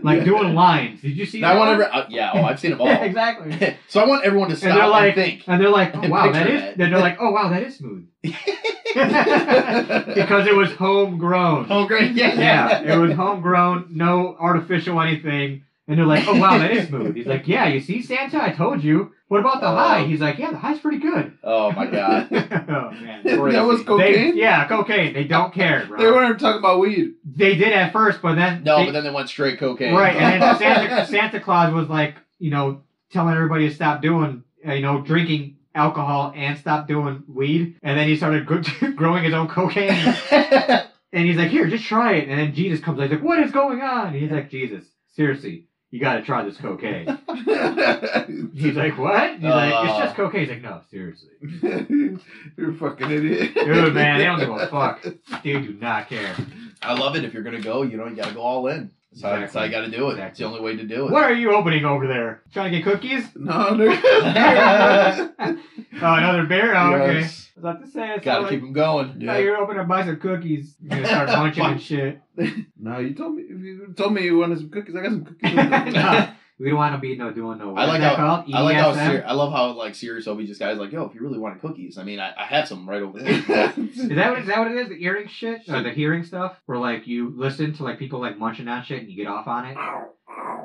[SPEAKER 1] like doing lines. Did you see
[SPEAKER 3] Now I
[SPEAKER 1] that?
[SPEAKER 3] want
[SPEAKER 1] one?
[SPEAKER 3] every. Uh, yeah. Oh, I've seen them all.
[SPEAKER 1] Yeah, exactly.
[SPEAKER 3] so I want everyone to stop
[SPEAKER 1] they're
[SPEAKER 3] and,
[SPEAKER 1] like-
[SPEAKER 3] think.
[SPEAKER 1] And they're like, oh,
[SPEAKER 3] And
[SPEAKER 1] wow, that
[SPEAKER 3] picture
[SPEAKER 1] is.
[SPEAKER 3] that.
[SPEAKER 1] Then they're like, oh wow, that is smooth. because it was homegrown.
[SPEAKER 3] Oh, great. Yeah.
[SPEAKER 1] yeah, it was homegrown, no artificial anything. And they're like, oh, wow, that is smooth. He's like, yeah, you see, Santa, I told you. What about the
[SPEAKER 3] Oh.
[SPEAKER 1] high? He's like, yeah, the high's pretty good.
[SPEAKER 3] Oh my god.
[SPEAKER 1] oh, man.
[SPEAKER 3] Crazy.
[SPEAKER 2] that was
[SPEAKER 1] They,
[SPEAKER 2] cocaine.
[SPEAKER 1] yeah, cocaine. They don't care, bro.
[SPEAKER 2] They weren't talking about weed.
[SPEAKER 1] They did at first, but then
[SPEAKER 3] No,
[SPEAKER 1] they-
[SPEAKER 3] but then they went straight cocaine.
[SPEAKER 1] right, and then Santa, Santa Claus was like, you know, telling everybody to stop doing, uh, you know, drinking alcohol and stop doing weed, and then he started gr- growing his own cocaine, and he's like, here, just try it, and then Jesus comes, like, what is going on? And he's like, Jesus, seriously. You gotta try this cocaine. He's like, what? He's like, it's
[SPEAKER 3] Uh.
[SPEAKER 1] just cocaine. He's like, no, seriously.
[SPEAKER 2] You're a fucking idiot.
[SPEAKER 1] Dude, man, they don't give a fuck. They do not care.
[SPEAKER 3] I love it. If you're gonna go, you know, you gotta go all in. That's how, that's how you gotta do it. It's the only way to do it.
[SPEAKER 1] What are you opening over there? Trying to get cookies?
[SPEAKER 2] No, no.
[SPEAKER 1] oh, another beer? Oh, okay.
[SPEAKER 2] Yes.
[SPEAKER 1] I was about to say, it's
[SPEAKER 3] Gotta
[SPEAKER 1] like,
[SPEAKER 3] keep them going.
[SPEAKER 1] Yeah. you're opening a box of cookies. You're gonna start munching and shit.
[SPEAKER 2] No, you told me. If you told me you wanted some cookies, I got some cookies.
[SPEAKER 1] No, we don't want to be no doing no.
[SPEAKER 3] I
[SPEAKER 1] What's
[SPEAKER 3] like
[SPEAKER 1] that
[SPEAKER 3] how
[SPEAKER 1] called? E
[SPEAKER 3] I like how
[SPEAKER 1] ESM?
[SPEAKER 3] ser- I love how like serious Obi just guys like yo if you really wanted cookies I mean I, I had some right over there
[SPEAKER 1] Is that what is that what it is? The hearing shit or the hearing stuff, where like you listen to like people like munching on shit and you get off on it.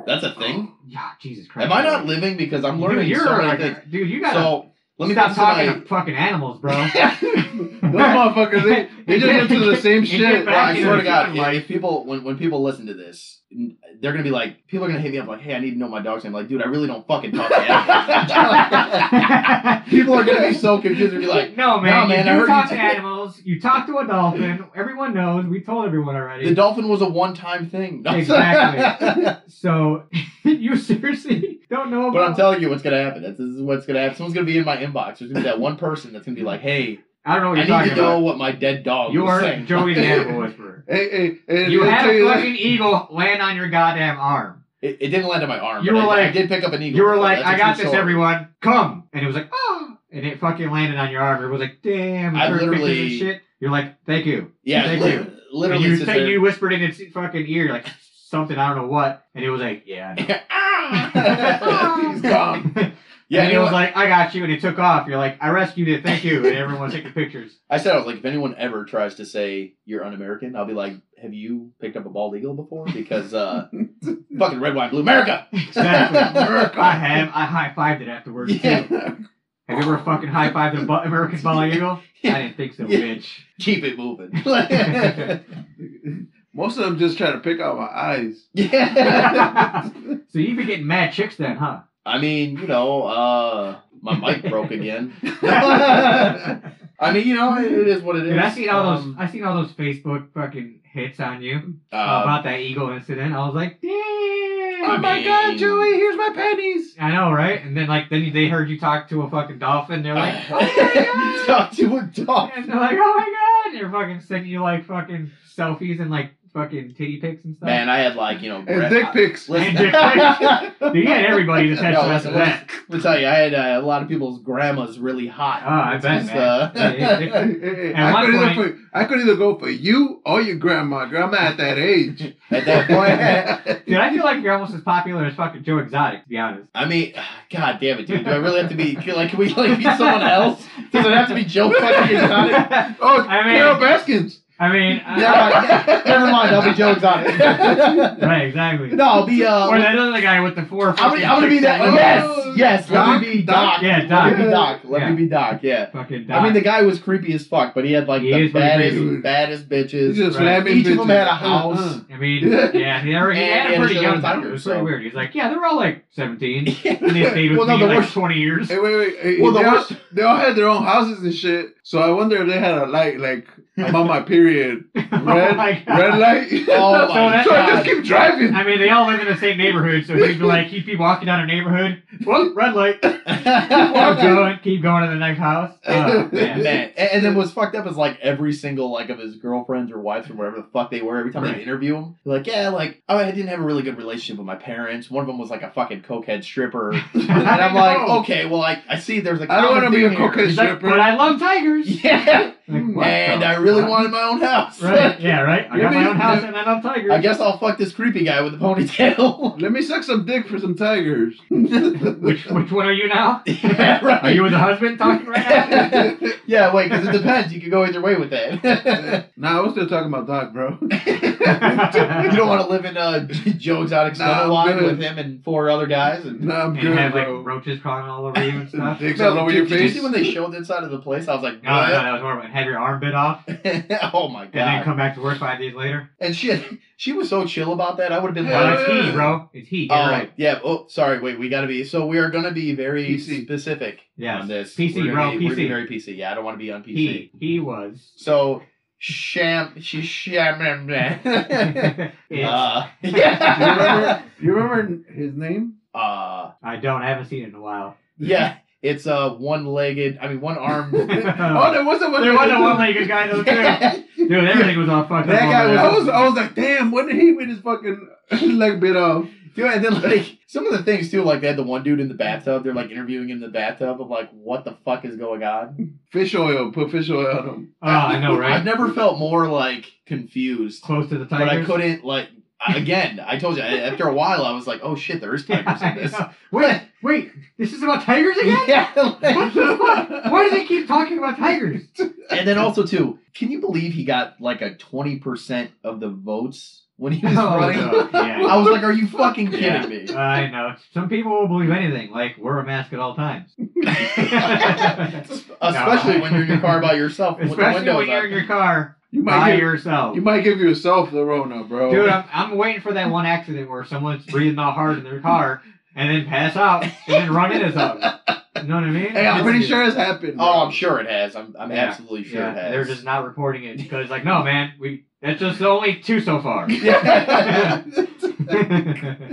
[SPEAKER 3] that's a thing
[SPEAKER 1] Yeah, Jesus Christ.
[SPEAKER 3] am I not living because I'm
[SPEAKER 1] Dude,
[SPEAKER 3] learning
[SPEAKER 1] Oh, you're
[SPEAKER 3] so many
[SPEAKER 1] like-
[SPEAKER 3] things
[SPEAKER 1] dude. You gotta
[SPEAKER 3] so let me
[SPEAKER 1] stop
[SPEAKER 3] get
[SPEAKER 1] talking
[SPEAKER 3] to
[SPEAKER 1] to fucking animals, bro.
[SPEAKER 2] Those motherfuckers, they, they just into the same
[SPEAKER 1] Get
[SPEAKER 2] shit.
[SPEAKER 3] my,
[SPEAKER 1] back
[SPEAKER 3] I
[SPEAKER 1] to
[SPEAKER 3] swear
[SPEAKER 1] the
[SPEAKER 3] to God
[SPEAKER 1] human
[SPEAKER 3] if-
[SPEAKER 1] life.
[SPEAKER 3] if people when when people listen to this n- they're gonna be like people are gonna hit me up like hey I need to know my dog's name like dude I really don't fucking talk to animals people are gonna be so confused and be like
[SPEAKER 1] no man,
[SPEAKER 3] no, man,
[SPEAKER 1] you
[SPEAKER 3] I
[SPEAKER 1] do
[SPEAKER 3] heard
[SPEAKER 1] talk
[SPEAKER 3] you-
[SPEAKER 1] to animals. You talk to a dolphin. Everyone knows. We told everyone already.
[SPEAKER 3] the dolphin was a one time thing No.
[SPEAKER 1] Exactly. so you seriously don't know
[SPEAKER 3] But I'm
[SPEAKER 1] about.
[SPEAKER 3] telling you what's gonna happen. That's, this is what's gonna happen. Someone's gonna be in my inbox. There's gonna be that one person that's gonna be like, "Hey,
[SPEAKER 1] I don't know what
[SPEAKER 3] I
[SPEAKER 1] you're
[SPEAKER 3] need
[SPEAKER 1] talking
[SPEAKER 3] to know
[SPEAKER 1] about.
[SPEAKER 3] what my dead dog
[SPEAKER 1] You
[SPEAKER 3] was
[SPEAKER 1] are
[SPEAKER 3] saying."
[SPEAKER 1] Joey the Animal Whisperer.
[SPEAKER 2] Hey, hey, hey,
[SPEAKER 1] You
[SPEAKER 2] let me
[SPEAKER 1] had
[SPEAKER 2] tell
[SPEAKER 1] a
[SPEAKER 2] you this.
[SPEAKER 1] fucking eagle land on your goddamn arm.
[SPEAKER 3] It, it didn't land on my arm.
[SPEAKER 1] You
[SPEAKER 3] but
[SPEAKER 1] were
[SPEAKER 3] I, I
[SPEAKER 1] like-
[SPEAKER 3] did pick up an eagle.
[SPEAKER 1] You were like,
[SPEAKER 3] That's a
[SPEAKER 1] "I got
[SPEAKER 3] true
[SPEAKER 1] this,
[SPEAKER 3] story.
[SPEAKER 1] everyone, come!" And it was like, "Ah!" And it fucking landed on your arm. It was like, "Damn!"
[SPEAKER 3] I
[SPEAKER 1] you took pictures
[SPEAKER 3] literally-
[SPEAKER 1] and shit. You're like, "Thank you."
[SPEAKER 3] Yeah,
[SPEAKER 1] Thank
[SPEAKER 3] li-
[SPEAKER 1] you. And
[SPEAKER 3] literally.
[SPEAKER 1] you,
[SPEAKER 3] sits
[SPEAKER 1] said-
[SPEAKER 3] there.
[SPEAKER 1] you whispered in its fucking ear like something I don't know what, and it was like, "Yeah." I know.
[SPEAKER 3] Ah! He's gone. Yeah,
[SPEAKER 1] and it
[SPEAKER 3] you know
[SPEAKER 1] was
[SPEAKER 3] what?
[SPEAKER 1] like, "I got you," and it took off. You're like, "I rescued it, thank you," and everyone's taking pictures.
[SPEAKER 3] I said I was like, if anyone ever tries to say you're un-American, I'll be like, have you picked up a bald eagle before? Because uh, fucking red, white, blue, America.
[SPEAKER 1] Exactly. I have. I high fived it afterwards
[SPEAKER 3] Yeah.
[SPEAKER 1] too. Have you ever fucking high fived an bu- American bald eagle? I didn't think so,
[SPEAKER 3] Yeah.
[SPEAKER 1] bitch.
[SPEAKER 3] Keep it moving.
[SPEAKER 2] Most of them just try to pick out my eyes.
[SPEAKER 3] yeah.
[SPEAKER 1] so you've been getting mad chicks then, huh?
[SPEAKER 3] I mean, you know, uh, my mic broke again.
[SPEAKER 1] Oh
[SPEAKER 3] I
[SPEAKER 1] Dude,
[SPEAKER 3] mean, you know, it, it is what it is.
[SPEAKER 1] I seen all those.
[SPEAKER 3] Um,
[SPEAKER 1] I seen all those Facebook fucking hits on you
[SPEAKER 3] uh,
[SPEAKER 1] about that eagle incident. I was like, damn.
[SPEAKER 2] oh my god, Joey, here's my pennies.
[SPEAKER 1] I know, right? And then like, then they heard you talk to a fucking dolphin. They're like, oh my god.
[SPEAKER 3] talk to a dog.
[SPEAKER 1] And they're like, oh my god. And you're fucking sending you like fucking selfies and like fucking titty pics and stuff.
[SPEAKER 3] Man, I had like you know.
[SPEAKER 2] And
[SPEAKER 3] gra-
[SPEAKER 2] dick pics.
[SPEAKER 1] And
[SPEAKER 3] Listen,
[SPEAKER 1] dick Dude, you had everybody's attention
[SPEAKER 3] No,
[SPEAKER 1] after
[SPEAKER 3] listen,
[SPEAKER 1] that.
[SPEAKER 3] Let me tell you, I had uh, a lot of people's grandmas really hot.
[SPEAKER 1] Oh, I bet,
[SPEAKER 3] Just,
[SPEAKER 1] man.
[SPEAKER 3] uh,
[SPEAKER 1] Yeah,
[SPEAKER 2] Hey, hey, hey,
[SPEAKER 1] At
[SPEAKER 2] I,
[SPEAKER 1] one
[SPEAKER 2] could either
[SPEAKER 1] point-
[SPEAKER 2] for, I could either go for you or your grandma. Grandma at that age.
[SPEAKER 3] at that point,
[SPEAKER 1] Dude, I feel like you're almost as popular as fucking Joe Exotic, to be honest.
[SPEAKER 3] I mean, God damn it, dude! Do I really have to be like? Can we like be someone else? Does it have to be Joe fucking exotic?
[SPEAKER 1] I
[SPEAKER 2] oh,
[SPEAKER 1] I mean-
[SPEAKER 2] Carol Baskins.
[SPEAKER 1] mean,
[SPEAKER 3] Never
[SPEAKER 1] I,
[SPEAKER 3] mind. Never mind. I'll be Joe Exotic.
[SPEAKER 1] right, exactly.
[SPEAKER 3] no, I'll be. Uh,
[SPEAKER 1] or that other guy with the four.
[SPEAKER 3] I'm gonna,
[SPEAKER 1] fucking
[SPEAKER 3] I'm gonna be
[SPEAKER 1] chicks
[SPEAKER 3] that.
[SPEAKER 1] that look
[SPEAKER 3] yes, yes. Let
[SPEAKER 2] Doc?
[SPEAKER 3] me be
[SPEAKER 2] Doc?
[SPEAKER 3] Doc.
[SPEAKER 1] Yeah,
[SPEAKER 3] Let me be Doc. Let
[SPEAKER 1] Yeah.
[SPEAKER 3] me be Doc. Yeah.
[SPEAKER 1] Fucking
[SPEAKER 3] I mean,
[SPEAKER 1] dog.
[SPEAKER 3] the guy was creepy as fuck, but he had like
[SPEAKER 1] He
[SPEAKER 3] the
[SPEAKER 1] is pretty
[SPEAKER 3] baddest,
[SPEAKER 2] creepy.
[SPEAKER 3] baddest
[SPEAKER 2] He's
[SPEAKER 3] bitches.
[SPEAKER 2] just
[SPEAKER 1] Right.
[SPEAKER 2] slamming
[SPEAKER 3] Each of them
[SPEAKER 2] bitches.
[SPEAKER 3] had a house.
[SPEAKER 2] Uh, uh.
[SPEAKER 1] I mean, yeah, he, already, he had a
[SPEAKER 3] And-
[SPEAKER 1] pretty
[SPEAKER 3] and
[SPEAKER 1] young
[SPEAKER 3] Taylor
[SPEAKER 1] time. It was pretty
[SPEAKER 3] so-
[SPEAKER 1] weird. He's like, yeah, they're all like 17. And they stayed with
[SPEAKER 3] Well, no,
[SPEAKER 1] me
[SPEAKER 3] the
[SPEAKER 1] like
[SPEAKER 3] worst-
[SPEAKER 1] 20 years.
[SPEAKER 2] Hey, wait, wait. hey,
[SPEAKER 3] Well, the
[SPEAKER 2] they, all,
[SPEAKER 3] worst.
[SPEAKER 2] they all had their own houses and shit. So I wonder if they had a light, like, I'm on my period.
[SPEAKER 1] oh
[SPEAKER 2] Red,
[SPEAKER 1] my God.
[SPEAKER 2] red light.
[SPEAKER 1] So
[SPEAKER 3] Oh my
[SPEAKER 1] that-
[SPEAKER 2] so I just
[SPEAKER 3] god.
[SPEAKER 2] keep driving.
[SPEAKER 1] I mean, they all live in the same neighborhood, so he'd be like, he'd be walking down a neighborhood. Whoop, red light. Keep going, keep going to the next house. Oh, man.
[SPEAKER 3] Man, and, and then what's fucked up is like every single like of his girlfriends or wives or whatever the fuck they were. Every time
[SPEAKER 1] Right.
[SPEAKER 3] they interview him, they're like, yeah, like oh, I didn't have a really good relationship with my parents. One of them was like a fucking cokehead stripper, and I'm like,
[SPEAKER 1] know.
[SPEAKER 3] okay, well, I, I see there's a
[SPEAKER 2] I don't
[SPEAKER 3] want to
[SPEAKER 2] be a
[SPEAKER 3] cokehead.
[SPEAKER 2] cocaine
[SPEAKER 1] Oh. He's like,
[SPEAKER 2] stripper.
[SPEAKER 1] but I love tigers.
[SPEAKER 3] Yeah,
[SPEAKER 1] Like,
[SPEAKER 2] Mm,
[SPEAKER 1] what
[SPEAKER 3] and
[SPEAKER 1] the
[SPEAKER 3] I really wanted my own house.
[SPEAKER 1] Right? Yeah, right? I
[SPEAKER 2] You
[SPEAKER 1] got my
[SPEAKER 2] mean-
[SPEAKER 1] own house and I love tigers.
[SPEAKER 3] I guess I'll fuck this creepy guy with the ponytail.
[SPEAKER 2] Let me suck some dick for some tigers.
[SPEAKER 1] Which which one are you now?
[SPEAKER 3] yeah,
[SPEAKER 1] Are
[SPEAKER 3] right.
[SPEAKER 1] you with the husband talking right now?
[SPEAKER 3] yeah, wait, because it depends. You could go either way with that.
[SPEAKER 2] nah, I was still talking about Doc, bro.
[SPEAKER 3] you don't want to live in uh, Joe Exotic's
[SPEAKER 2] Nah,
[SPEAKER 3] nah,
[SPEAKER 2] I'm
[SPEAKER 3] line
[SPEAKER 2] good.
[SPEAKER 3] with him and four other guys. And
[SPEAKER 2] Nah, I'm
[SPEAKER 1] and
[SPEAKER 2] good,
[SPEAKER 1] have like
[SPEAKER 2] bro.
[SPEAKER 1] roaches crawling all over you and stuff.
[SPEAKER 2] Dicks
[SPEAKER 3] No,
[SPEAKER 2] all over
[SPEAKER 3] did,
[SPEAKER 2] your
[SPEAKER 3] did
[SPEAKER 2] face.
[SPEAKER 3] you see when they showed the inside of the place? I was like,
[SPEAKER 1] No, no,
[SPEAKER 3] what?
[SPEAKER 1] that was horrible. Have your arm bit off Oh, and
[SPEAKER 3] oh my god!
[SPEAKER 1] then come back to work five days later.
[SPEAKER 3] And shit, she was so chill about that. I would have been
[SPEAKER 2] Yeah,
[SPEAKER 1] Well,
[SPEAKER 3] like,
[SPEAKER 1] it's he, bro. It's he. You're
[SPEAKER 3] oh,
[SPEAKER 1] right.
[SPEAKER 3] yeah. Oh, sorry. Wait, we got to be. So we are going to be very
[SPEAKER 2] PC.
[SPEAKER 3] specific
[SPEAKER 1] Yes.
[SPEAKER 3] on this.
[SPEAKER 1] PC,
[SPEAKER 3] we're gonna
[SPEAKER 1] bro,
[SPEAKER 3] Be, We're gonna be
[SPEAKER 1] PC.
[SPEAKER 3] very PC. Yeah, I don't want to be on PC.
[SPEAKER 1] He. He was.
[SPEAKER 3] So sham. She sham. uh,
[SPEAKER 1] It's-
[SPEAKER 3] yeah.
[SPEAKER 2] You remember his name?
[SPEAKER 3] uh,
[SPEAKER 1] I don't. I haven't seen it in a while.
[SPEAKER 3] yeah. It's a one-legged. I mean, one-armed.
[SPEAKER 2] oh, there was a one.
[SPEAKER 1] There was a one-legged guy though too. Dude, everything was all fucked up.
[SPEAKER 3] That guy
[SPEAKER 1] over
[SPEAKER 2] I
[SPEAKER 1] there.
[SPEAKER 2] was, oh. I was like, damn, when did he with his fucking leg bit off?
[SPEAKER 3] Dude, and then like some of the things too, like they had the one dude in the bathtub. They're like interviewing him in the bathtub of like, what the fuck is going on?
[SPEAKER 2] Fish oil, put fish oil on him.
[SPEAKER 1] Oh, I know,
[SPEAKER 3] I've
[SPEAKER 1] right?
[SPEAKER 3] never felt more like confused,
[SPEAKER 1] Close to the
[SPEAKER 3] but I
[SPEAKER 1] tigers.
[SPEAKER 3] couldn't like. I- Again, I told you I- after a while, I was like, oh shit, there is tigers in this.
[SPEAKER 1] wait, wait. This is about tigers again?
[SPEAKER 3] yeah, like-
[SPEAKER 1] What the fuck? Why do they keep talking about tigers?
[SPEAKER 3] and then also too, can you believe he got like a twenty percent of the votes when he was
[SPEAKER 1] Oh,
[SPEAKER 3] running?
[SPEAKER 1] no. Yeah.
[SPEAKER 3] I was like, are you fucking kidding
[SPEAKER 1] Yeah.
[SPEAKER 3] me?
[SPEAKER 1] I know. Some people will believe anything, like wear a mask at all times.
[SPEAKER 3] Especially
[SPEAKER 1] No.
[SPEAKER 3] when you're in your car by yourself with the
[SPEAKER 1] Especially
[SPEAKER 3] windows
[SPEAKER 1] when you're in
[SPEAKER 3] up.
[SPEAKER 1] your car
[SPEAKER 2] You might,
[SPEAKER 1] by
[SPEAKER 2] give,
[SPEAKER 1] yourself.
[SPEAKER 2] you might give yourself the Rona, bro.
[SPEAKER 1] Dude, I'm, I'm waiting for that one accident where someone's breathing all hard in their car and then pass out and then run into something. You know what I mean?
[SPEAKER 2] hey, I'm pretty sure it's happened.
[SPEAKER 3] Oh,
[SPEAKER 2] bro.
[SPEAKER 3] I'm sure it has. I'm, I'm
[SPEAKER 1] Yeah.
[SPEAKER 3] absolutely sure
[SPEAKER 1] yeah,
[SPEAKER 3] it has.
[SPEAKER 1] they're just not reporting it because, like, no, man, we that's just only two so far.
[SPEAKER 3] yeah.
[SPEAKER 1] yeah,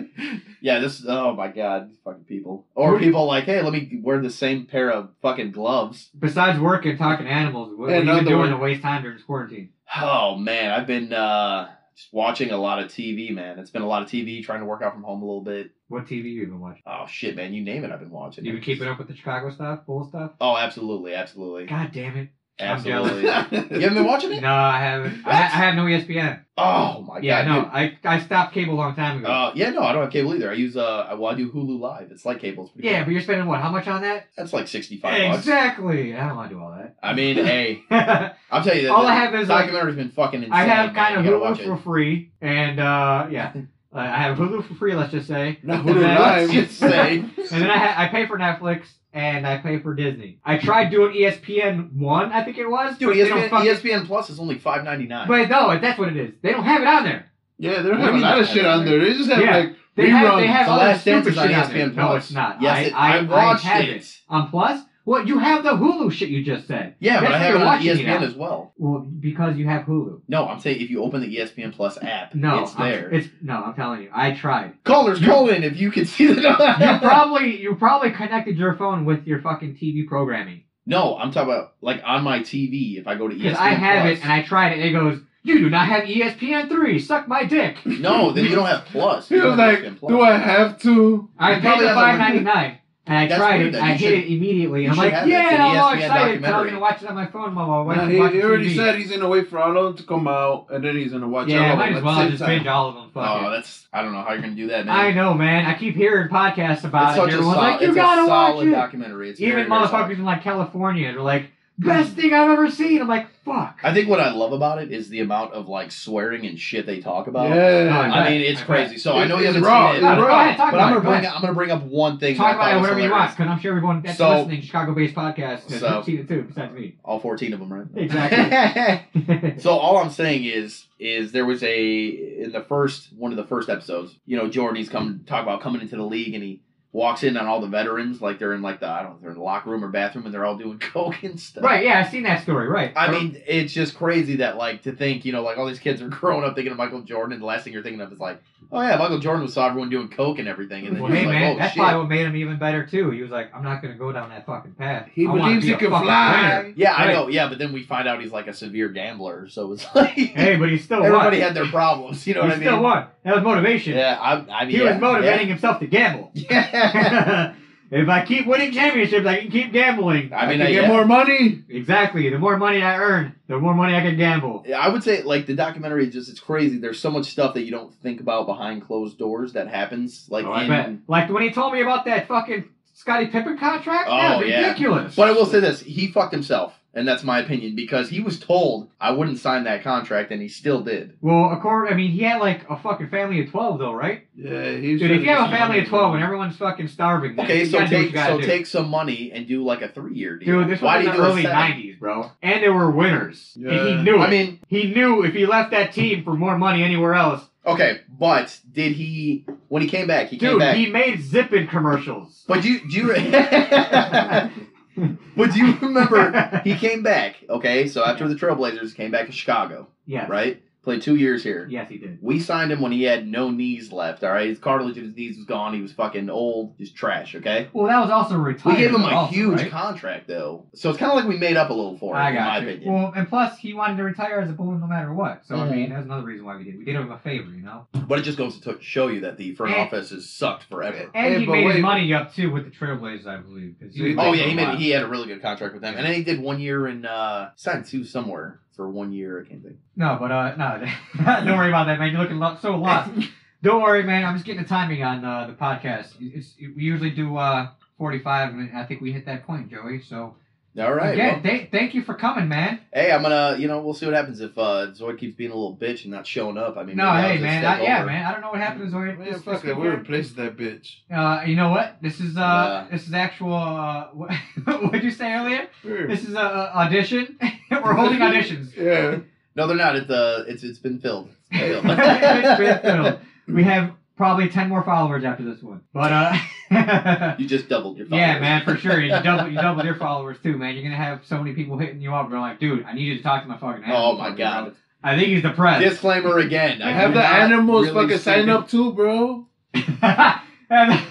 [SPEAKER 3] yeah, this. Oh my god, these fucking people. Or
[SPEAKER 1] Who-
[SPEAKER 3] people like, hey, let me wear the same pair of fucking gloves.
[SPEAKER 1] Besides work and talking to animals, what, what
[SPEAKER 2] And
[SPEAKER 1] are you
[SPEAKER 2] another
[SPEAKER 1] doing
[SPEAKER 2] one.
[SPEAKER 1] to waste time during this quarantine?
[SPEAKER 3] Oh man, I've been uh, just watching a lot of TV, man. It's been a lot of TV, trying to work out from home a little bit.
[SPEAKER 1] What TV you been watching?
[SPEAKER 3] Oh shit, man, you name it, I've been watching.
[SPEAKER 1] You been keeping up with the Chicago stuff, bull stuff?
[SPEAKER 3] Oh, absolutely, absolutely,
[SPEAKER 1] God damn it! I'm jealous.
[SPEAKER 3] absolutely. you haven't been watching it?
[SPEAKER 1] No, I haven't. I, I have no E ESPN.
[SPEAKER 3] Oh my
[SPEAKER 1] yeah,
[SPEAKER 3] god.
[SPEAKER 1] no,
[SPEAKER 3] dude.
[SPEAKER 1] I I stopped cable a long time ago.
[SPEAKER 3] Uh, yeah, no, I don't have cable either. I use uh, I- well, I do Hulu Live. It's like cable. It's pretty
[SPEAKER 1] yeah,
[SPEAKER 3] cool.
[SPEAKER 1] but you're spending what? How much on that?
[SPEAKER 3] that's like sixty five bucks.
[SPEAKER 1] Exactly. I don't want to do all that.
[SPEAKER 3] I mean, hey, I'll tell you that.
[SPEAKER 1] All
[SPEAKER 3] the
[SPEAKER 1] I have is, like,
[SPEAKER 3] documentary's been fucking insane.
[SPEAKER 1] I have
[SPEAKER 3] man.
[SPEAKER 1] kind of
[SPEAKER 3] You gotta watch
[SPEAKER 1] Hulu
[SPEAKER 3] it.
[SPEAKER 1] for free, and uh, yeah, I have Hulu for free. Let's just say,
[SPEAKER 2] No,
[SPEAKER 1] And then-
[SPEAKER 2] Live.
[SPEAKER 3] Let's just say.
[SPEAKER 1] and then I ha- I pay for Netflix and I pay for Disney. I tried doing E ESPN one, I think it was.
[SPEAKER 3] Dude, E
[SPEAKER 1] but they don't
[SPEAKER 3] ESPN,
[SPEAKER 1] fucking-
[SPEAKER 3] ESPN Plus is only five ninety nine.
[SPEAKER 1] But no, that's what it is. They don't have it on there.
[SPEAKER 2] yeah, they don't
[SPEAKER 3] What do
[SPEAKER 2] have
[SPEAKER 3] you
[SPEAKER 2] a
[SPEAKER 3] mean
[SPEAKER 2] lot of
[SPEAKER 3] that
[SPEAKER 2] shit on
[SPEAKER 3] happened?
[SPEAKER 2] there. They just have
[SPEAKER 1] Yeah.
[SPEAKER 2] like
[SPEAKER 1] They have,
[SPEAKER 2] Reruns.
[SPEAKER 1] they have
[SPEAKER 3] The
[SPEAKER 1] all this
[SPEAKER 3] Last Dance
[SPEAKER 1] stupid
[SPEAKER 3] is on E
[SPEAKER 1] shit on there.
[SPEAKER 3] ESPN
[SPEAKER 1] No,
[SPEAKER 3] Plus.
[SPEAKER 1] it's not.
[SPEAKER 3] Yes,
[SPEAKER 1] I,
[SPEAKER 3] it-
[SPEAKER 1] I,
[SPEAKER 3] I watched
[SPEAKER 1] have
[SPEAKER 3] it.
[SPEAKER 1] On Plus? Well, you have the Hulu shit you just said.
[SPEAKER 3] Yeah, but
[SPEAKER 1] That's
[SPEAKER 3] I have
[SPEAKER 1] what
[SPEAKER 3] it
[SPEAKER 1] you're
[SPEAKER 3] on
[SPEAKER 1] watching
[SPEAKER 3] E ESPN
[SPEAKER 1] now.
[SPEAKER 3] as well.
[SPEAKER 1] Well, because you have Hulu.
[SPEAKER 3] No, I'm saying if you open the E ESPN Plus app,
[SPEAKER 1] No,
[SPEAKER 3] it's
[SPEAKER 1] I'm-
[SPEAKER 3] there.
[SPEAKER 1] it's no. I'm telling you, I tried.
[SPEAKER 3] Callers, call in if you can see the.
[SPEAKER 1] You probably you probably connected your phone with your fucking TV programming
[SPEAKER 3] no, I'm talking about like on my TV. If I go to E ESPN
[SPEAKER 1] because I have
[SPEAKER 3] Plus.
[SPEAKER 1] it and I tried it. and It goes, you do not have E ESPN three. Suck my dick.
[SPEAKER 3] no, then you don't have Plus.
[SPEAKER 2] He
[SPEAKER 3] You
[SPEAKER 2] was
[SPEAKER 3] don't
[SPEAKER 2] like,
[SPEAKER 3] have E ESPN Plus.
[SPEAKER 2] do I have to?
[SPEAKER 1] I
[SPEAKER 3] You probably
[SPEAKER 1] paid the
[SPEAKER 3] have the-
[SPEAKER 1] five ninety nine. And I
[SPEAKER 3] That's
[SPEAKER 1] tried
[SPEAKER 3] weird
[SPEAKER 1] it.
[SPEAKER 3] that
[SPEAKER 1] I
[SPEAKER 3] you
[SPEAKER 1] hit
[SPEAKER 3] should-
[SPEAKER 1] it immediately.
[SPEAKER 3] you
[SPEAKER 1] I'm
[SPEAKER 3] should
[SPEAKER 1] like,
[SPEAKER 3] have E it.
[SPEAKER 1] yeah,
[SPEAKER 3] It's
[SPEAKER 1] and
[SPEAKER 3] an
[SPEAKER 1] I'm all
[SPEAKER 3] ESPN
[SPEAKER 1] excited. I'm
[SPEAKER 3] documentary.
[SPEAKER 1] gonna watch it on my phone while my
[SPEAKER 2] Nah,
[SPEAKER 1] wife's
[SPEAKER 2] he,
[SPEAKER 1] watching
[SPEAKER 2] he already
[SPEAKER 1] TV.
[SPEAKER 2] said he's gonna wait for Arnold to come out, and then he's gonna watch.
[SPEAKER 1] yeah, I
[SPEAKER 2] all
[SPEAKER 1] might
[SPEAKER 2] of
[SPEAKER 1] as
[SPEAKER 2] them at
[SPEAKER 1] well
[SPEAKER 2] the
[SPEAKER 1] just
[SPEAKER 2] same
[SPEAKER 1] binge all of them. Fuck it.
[SPEAKER 3] Oh, that's I don't know how you're gonna do that, man.
[SPEAKER 1] I know, man. I keep hearing podcasts about it.
[SPEAKER 3] It's such
[SPEAKER 1] And
[SPEAKER 3] a,
[SPEAKER 1] everyone's
[SPEAKER 3] sol-
[SPEAKER 1] like, you
[SPEAKER 3] it's a
[SPEAKER 1] gotta watch
[SPEAKER 3] solid
[SPEAKER 1] it.
[SPEAKER 3] documentary. It's very,
[SPEAKER 1] Even
[SPEAKER 3] very solid. Hmm.
[SPEAKER 1] motherfuckers in like California, they're like, best thing I've ever seen. I'm like, fuck.
[SPEAKER 3] I think what I love about it is the amount of like swearing and shit they talk about.
[SPEAKER 2] time.
[SPEAKER 1] No,
[SPEAKER 2] Yeah,
[SPEAKER 3] I mean, it's
[SPEAKER 1] I bet.
[SPEAKER 3] crazy. So I
[SPEAKER 2] It-
[SPEAKER 3] know you
[SPEAKER 2] it's
[SPEAKER 3] haven't
[SPEAKER 2] raw. It's
[SPEAKER 3] seen it,
[SPEAKER 1] go ahead, talk
[SPEAKER 3] but
[SPEAKER 1] about it.
[SPEAKER 3] I'm gonna
[SPEAKER 1] Go
[SPEAKER 3] bring
[SPEAKER 1] ahead.
[SPEAKER 3] I'm gonna bring up one thing.
[SPEAKER 1] Talk
[SPEAKER 3] that I
[SPEAKER 1] about
[SPEAKER 3] thought
[SPEAKER 1] it,
[SPEAKER 3] was
[SPEAKER 1] whatever you want,
[SPEAKER 3] hilarious.
[SPEAKER 1] because I'm sure everyone that's
[SPEAKER 3] So-
[SPEAKER 1] listening, Chicago-based podcast, has
[SPEAKER 3] So-
[SPEAKER 1] seen it too, besides me.
[SPEAKER 3] All 14 of them, right?
[SPEAKER 1] Exactly.
[SPEAKER 3] so all I'm saying is, is there was a in the first one of the first episodes. You know, Jordan he's come talk about coming into the league, and he walks in on all the veterans like they're in like the I don't know, they're in the locker room or bathroom, and they're all doing coke and stuff.
[SPEAKER 1] right? Yeah, I've seen that story. Right.
[SPEAKER 3] I mean, it's just crazy that like to think, you know, like all these kids are growing up thinking of Michael Jordan, and the last thing you're thinking of is like, oh yeah, Michael Jordan was saw everyone doing coke and everything, and then
[SPEAKER 1] well,
[SPEAKER 3] you're
[SPEAKER 1] hey
[SPEAKER 3] just like,
[SPEAKER 1] man,
[SPEAKER 3] oh
[SPEAKER 1] that's
[SPEAKER 3] shit.
[SPEAKER 1] probably what made him even better too. He was like, I'm not gonna go down that fucking path.
[SPEAKER 2] he
[SPEAKER 1] I wanna
[SPEAKER 2] believes
[SPEAKER 1] be
[SPEAKER 2] he
[SPEAKER 1] a
[SPEAKER 2] can
[SPEAKER 1] fucking
[SPEAKER 2] fly.
[SPEAKER 1] winner."
[SPEAKER 3] yeah, I
[SPEAKER 1] Right.
[SPEAKER 3] know. Yeah, but then we find out he's like a severe gambler, so it's like
[SPEAKER 1] Hey, but he still
[SPEAKER 3] everybody
[SPEAKER 1] won.
[SPEAKER 3] had their problems. You know
[SPEAKER 1] he
[SPEAKER 3] what I mean?
[SPEAKER 1] still won. That was motivation.
[SPEAKER 3] Yeah, I, I mean,
[SPEAKER 1] he
[SPEAKER 3] yeah,
[SPEAKER 1] was motivating himself to gamble.
[SPEAKER 3] Yeah.
[SPEAKER 1] and If I keep winning championships, I can keep gambling.
[SPEAKER 3] I mean,
[SPEAKER 2] I
[SPEAKER 3] I,
[SPEAKER 2] can get
[SPEAKER 3] yeah.
[SPEAKER 2] more money.
[SPEAKER 1] Exactly. The more money I earn, the more money I can gamble.
[SPEAKER 3] Yeah, I would say like the documentary is just it's crazy. There's so much stuff that you don't think about behind closed doors that happens. Like
[SPEAKER 1] Oh, I
[SPEAKER 3] in-
[SPEAKER 1] bet. Like when he told me about that fucking Scottie Pippen contract,
[SPEAKER 3] Oh,
[SPEAKER 1] that was
[SPEAKER 3] yeah.
[SPEAKER 1] ridiculous.
[SPEAKER 3] But I will say this: he fucked himself, and that's my opinion because he was told I wouldn't sign that contract, and he still did.
[SPEAKER 1] Well, according, I mean, he had like a fucking family of twelve, though, right?
[SPEAKER 2] Yeah, he was
[SPEAKER 1] Dude, if
[SPEAKER 2] trying
[SPEAKER 1] you
[SPEAKER 2] to
[SPEAKER 1] have a
[SPEAKER 2] get
[SPEAKER 1] family
[SPEAKER 2] money.
[SPEAKER 1] of twelve and everyone's fucking starving, then
[SPEAKER 3] Okay,
[SPEAKER 1] you
[SPEAKER 3] so
[SPEAKER 1] gotta do what
[SPEAKER 3] take
[SPEAKER 1] you gotta
[SPEAKER 3] so
[SPEAKER 1] do.
[SPEAKER 3] take some money and do like a three year deal.
[SPEAKER 1] Dude, this
[SPEAKER 3] Why
[SPEAKER 1] was
[SPEAKER 3] do
[SPEAKER 1] in
[SPEAKER 3] you
[SPEAKER 1] the
[SPEAKER 3] do a
[SPEAKER 1] early
[SPEAKER 3] seven-
[SPEAKER 1] '90s, bro, and they were winners, and he
[SPEAKER 2] Yeah.
[SPEAKER 1] knew it.
[SPEAKER 3] I mean,
[SPEAKER 1] he knew if he left that team for more money anywhere else,
[SPEAKER 3] okay, but did he when he came back? He came
[SPEAKER 1] dude,
[SPEAKER 3] back.
[SPEAKER 1] he made Zippin commercials.
[SPEAKER 3] but you do you re- but do you remember he came back? Okay, so after the Trailblazers came back to Chicago,
[SPEAKER 1] yes,
[SPEAKER 3] right? Played two years here.
[SPEAKER 1] Yes, he did.
[SPEAKER 3] We signed him when he had no knees left. All right, his cartilage in his knees was gone. He was fucking old. He's trash. Okay.
[SPEAKER 1] Well, that was also
[SPEAKER 3] We
[SPEAKER 1] retired.
[SPEAKER 3] gave him a
[SPEAKER 1] also,
[SPEAKER 3] huge
[SPEAKER 1] right?
[SPEAKER 3] contract though, so it's kind of like we made up a little for him,
[SPEAKER 1] I
[SPEAKER 3] in
[SPEAKER 1] got
[SPEAKER 3] my
[SPEAKER 1] you.
[SPEAKER 3] opinion.
[SPEAKER 1] Well, and plus he wanted to retire as a Bullet no matter what. So
[SPEAKER 3] Mhm.
[SPEAKER 1] I mean, that's another reason why we did. We did him a favor, you know.
[SPEAKER 3] but it just goes to show you that the front
[SPEAKER 1] Eh.
[SPEAKER 3] office has sucked forever.
[SPEAKER 1] And
[SPEAKER 2] Hey,
[SPEAKER 1] he
[SPEAKER 2] but
[SPEAKER 1] made
[SPEAKER 2] wait.
[SPEAKER 1] his money up too with the Trailblazers, I believe. 'cause
[SPEAKER 2] You-
[SPEAKER 1] was
[SPEAKER 3] Oh
[SPEAKER 1] there
[SPEAKER 3] yeah,
[SPEAKER 1] for
[SPEAKER 3] he
[SPEAKER 1] a
[SPEAKER 3] made
[SPEAKER 1] while.
[SPEAKER 3] he had a really good contract with them, and then he did one year in uh signed two somewhere for one year. I can't think.
[SPEAKER 1] No, but uh, no, don't worry about that, man. You're looking lo- so lost. don't worry, man. I'm just getting the timing on uh, the podcast. It's, we usually do uh 45, and I think we hit that point, Joey. So
[SPEAKER 3] All right.
[SPEAKER 1] again,
[SPEAKER 3] well,
[SPEAKER 1] thank thank you for coming, man.
[SPEAKER 3] hey, I'm gonna you know we'll see what happens if uh Zoid keeps being a little bitch and not showing up. I mean,
[SPEAKER 1] No,
[SPEAKER 3] maybe I'll
[SPEAKER 1] hey,
[SPEAKER 3] just
[SPEAKER 1] man.
[SPEAKER 3] take
[SPEAKER 1] I, yeah,
[SPEAKER 3] over.
[SPEAKER 1] man. I don't know what happens. Or
[SPEAKER 2] Man, fuck it. We replaced that bitch.
[SPEAKER 1] Uh, you know what? This is uh,
[SPEAKER 3] Uh.
[SPEAKER 1] this is actual. Uh, what what'd you say earlier?
[SPEAKER 2] We were-
[SPEAKER 1] This is a, a audition. We're holding auditions.
[SPEAKER 2] Yeah.
[SPEAKER 3] No, they're not. It's uh, it's it's been filled. It's been filled.
[SPEAKER 1] we have probably ten more followers after this one, but uh, yeah,
[SPEAKER 3] you just doubled your. followers.
[SPEAKER 1] man, for sure. You double you double your followers too, man. You're gonna have so many people hitting you up. They're like, dude, I need you to talk to my fucking. animal
[SPEAKER 3] Oh my
[SPEAKER 1] fucker,
[SPEAKER 3] god!
[SPEAKER 1] bro." I think he's depressed.
[SPEAKER 3] Disclaimer again.
[SPEAKER 2] I
[SPEAKER 3] do
[SPEAKER 2] have the
[SPEAKER 3] not
[SPEAKER 2] animals
[SPEAKER 3] really
[SPEAKER 2] fucking sign
[SPEAKER 3] second-
[SPEAKER 2] up too, bro.
[SPEAKER 1] yeah,
[SPEAKER 3] Yeah,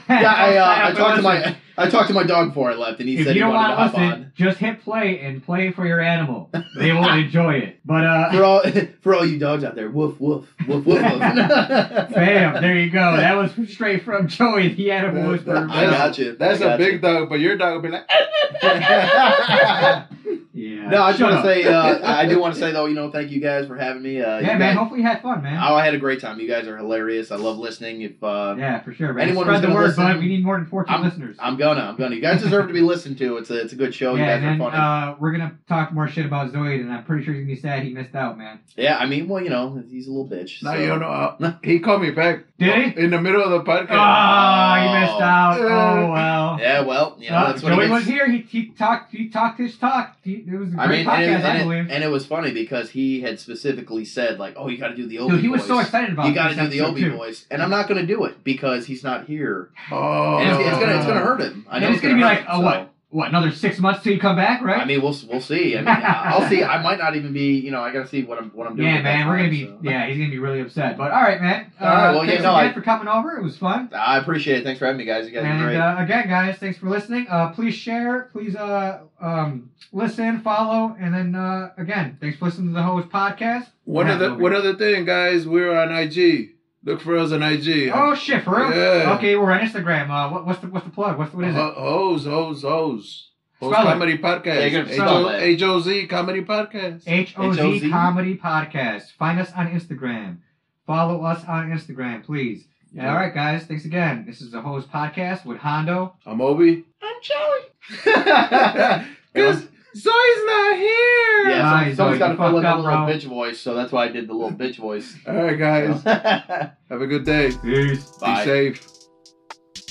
[SPEAKER 3] I, uh, I talked to my I talked to my dog before I left, and he
[SPEAKER 1] if
[SPEAKER 3] said
[SPEAKER 1] you
[SPEAKER 3] he
[SPEAKER 1] don't
[SPEAKER 3] wanted to
[SPEAKER 1] want
[SPEAKER 3] hop
[SPEAKER 1] to listen,
[SPEAKER 3] on.
[SPEAKER 1] just hit play and play for your animal. They will enjoy it. But uh,
[SPEAKER 3] For all for all you dogs out there, woof woof woof woof. woof.
[SPEAKER 1] bam, there you go. That was straight from Joey, the animal whisperer.
[SPEAKER 3] I got you.
[SPEAKER 2] That's
[SPEAKER 3] I
[SPEAKER 2] a
[SPEAKER 3] got
[SPEAKER 2] big dog, but your dog will be like,
[SPEAKER 3] you.
[SPEAKER 1] Yeah.
[SPEAKER 3] no, I just
[SPEAKER 1] Shut
[SPEAKER 3] want to
[SPEAKER 1] up.
[SPEAKER 3] say uh, I do want to say though, you know, thank you guys for having me. Uh, you
[SPEAKER 1] Yeah, man.
[SPEAKER 3] guys-
[SPEAKER 1] Hopefully you had fun, man.
[SPEAKER 3] oh, I had a great time. You guys are hilarious. I love listening. If uh,
[SPEAKER 1] yeah, for sure. Man.
[SPEAKER 3] Anyone who's
[SPEAKER 1] Spread the
[SPEAKER 3] gonna
[SPEAKER 1] word,
[SPEAKER 3] listen-
[SPEAKER 1] bud. We need more than 14
[SPEAKER 3] I'm-
[SPEAKER 1] listeners.
[SPEAKER 3] I'm gonna, I'm gonna. You guys deserve to be listened to. It's a it's a good show.
[SPEAKER 1] yeah,
[SPEAKER 3] Oh, you guys are
[SPEAKER 1] and then
[SPEAKER 3] funny.
[SPEAKER 1] uh, we're gonna talk more shit about Zoid, and I'm pretty sure he's gonna be sad he missed out, man.
[SPEAKER 3] yeah, I mean, well, you know, he's a little bitch.
[SPEAKER 2] now
[SPEAKER 3] so-
[SPEAKER 2] you don't know. how- uh, He called me back
[SPEAKER 1] Did he?
[SPEAKER 2] in the middle of the podcast.
[SPEAKER 1] Ah, he missed out.
[SPEAKER 2] Uh,
[SPEAKER 1] Oh well.
[SPEAKER 3] Yeah, well, you know,
[SPEAKER 1] Uh,
[SPEAKER 3] that's what
[SPEAKER 1] Joey
[SPEAKER 3] it
[SPEAKER 1] was
[SPEAKER 3] is.
[SPEAKER 1] here. He, he talked. He talked his talk. He, it was a great
[SPEAKER 3] I mean,
[SPEAKER 1] podcast,
[SPEAKER 3] and it,
[SPEAKER 1] I
[SPEAKER 3] and,
[SPEAKER 1] believe.
[SPEAKER 3] it, and it was funny because he had specifically said like, "Oh, you got to do the Obi."
[SPEAKER 1] Dude, he was
[SPEAKER 3] voice.
[SPEAKER 1] so excited about.
[SPEAKER 3] You got to
[SPEAKER 1] this
[SPEAKER 3] do the
[SPEAKER 1] episode,
[SPEAKER 3] Obi
[SPEAKER 1] too.
[SPEAKER 3] voice, and I'm not going to do it because he's not here.
[SPEAKER 2] Oh,
[SPEAKER 3] And it's, it's gonna it's gonna hurt him. I
[SPEAKER 1] And
[SPEAKER 3] know
[SPEAKER 1] it's
[SPEAKER 3] gonna,
[SPEAKER 1] gonna be like,
[SPEAKER 3] hurt him,
[SPEAKER 1] oh,
[SPEAKER 3] so-
[SPEAKER 1] What? Another six months till you come back, right?
[SPEAKER 3] I mean, we'll we'll see. I mean, I'll see. I might not even be. You know, I got to see what I'm what I'm doing.
[SPEAKER 1] yeah,
[SPEAKER 3] at that
[SPEAKER 1] man, we're
[SPEAKER 3] time,
[SPEAKER 1] gonna be.
[SPEAKER 3] so.
[SPEAKER 1] Yeah, he's gonna be really upset. But all right, man.
[SPEAKER 3] All right,
[SPEAKER 1] Uh,
[SPEAKER 3] well, yeah,
[SPEAKER 1] thanks
[SPEAKER 3] no,
[SPEAKER 1] again
[SPEAKER 3] I-
[SPEAKER 1] for coming over. It was fun.
[SPEAKER 3] I appreciate it. Thanks for having me, guys. You guys are
[SPEAKER 1] And
[SPEAKER 3] great.
[SPEAKER 1] uh, again, guys, thanks for listening. Uh, please share, please uh, um, listen, follow, and then uh, again, thanks for listening to the Hose Podcast.
[SPEAKER 2] One
[SPEAKER 1] Yeah,
[SPEAKER 2] other,
[SPEAKER 1] Obi.
[SPEAKER 2] one other thing, guys. We're on IG. Look for us on IG.
[SPEAKER 1] Oh shit, for real?
[SPEAKER 2] Yeah.
[SPEAKER 1] Okay, we're on Instagram. Uh, what, what's the what's the plug? What's the, what is it?
[SPEAKER 2] Ho- Hoes, hoes, hoes. Hoes
[SPEAKER 1] Spell it.
[SPEAKER 2] Comedy
[SPEAKER 3] Yeah,
[SPEAKER 2] Podcast.
[SPEAKER 3] you're gonna spell it.
[SPEAKER 2] H O Z Comedy Podcast.
[SPEAKER 1] H O Z
[SPEAKER 3] HOZ?
[SPEAKER 1] Comedy Podcast. Find us on Instagram. Follow us on Instagram, please. And all right, guys, thanks again. This is the Hose Podcast with Hondo.
[SPEAKER 2] I'm Obi.
[SPEAKER 3] I'm Joey.
[SPEAKER 2] Cause Zoe's not here.
[SPEAKER 3] Yeah,
[SPEAKER 1] Nah,
[SPEAKER 3] some,
[SPEAKER 1] he's
[SPEAKER 3] someone's
[SPEAKER 1] already
[SPEAKER 3] got to fill
[SPEAKER 1] fucked
[SPEAKER 3] in that
[SPEAKER 1] up,
[SPEAKER 3] little
[SPEAKER 1] bro.
[SPEAKER 3] bitch voice, so that's why I did the little bitch voice.
[SPEAKER 2] All right, guys. Have a good day.
[SPEAKER 1] Peace.
[SPEAKER 2] Be
[SPEAKER 3] Bye.
[SPEAKER 2] safe.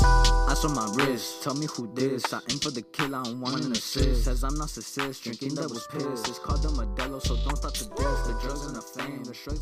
[SPEAKER 4] I saw my wrist, tell me who this. I aim for the kill, I don't want an assist. Says I'm narcissist, drinking that was piss. It's called the Modelo, so don't talk to this. The drugs and the fame, the shrugs. and-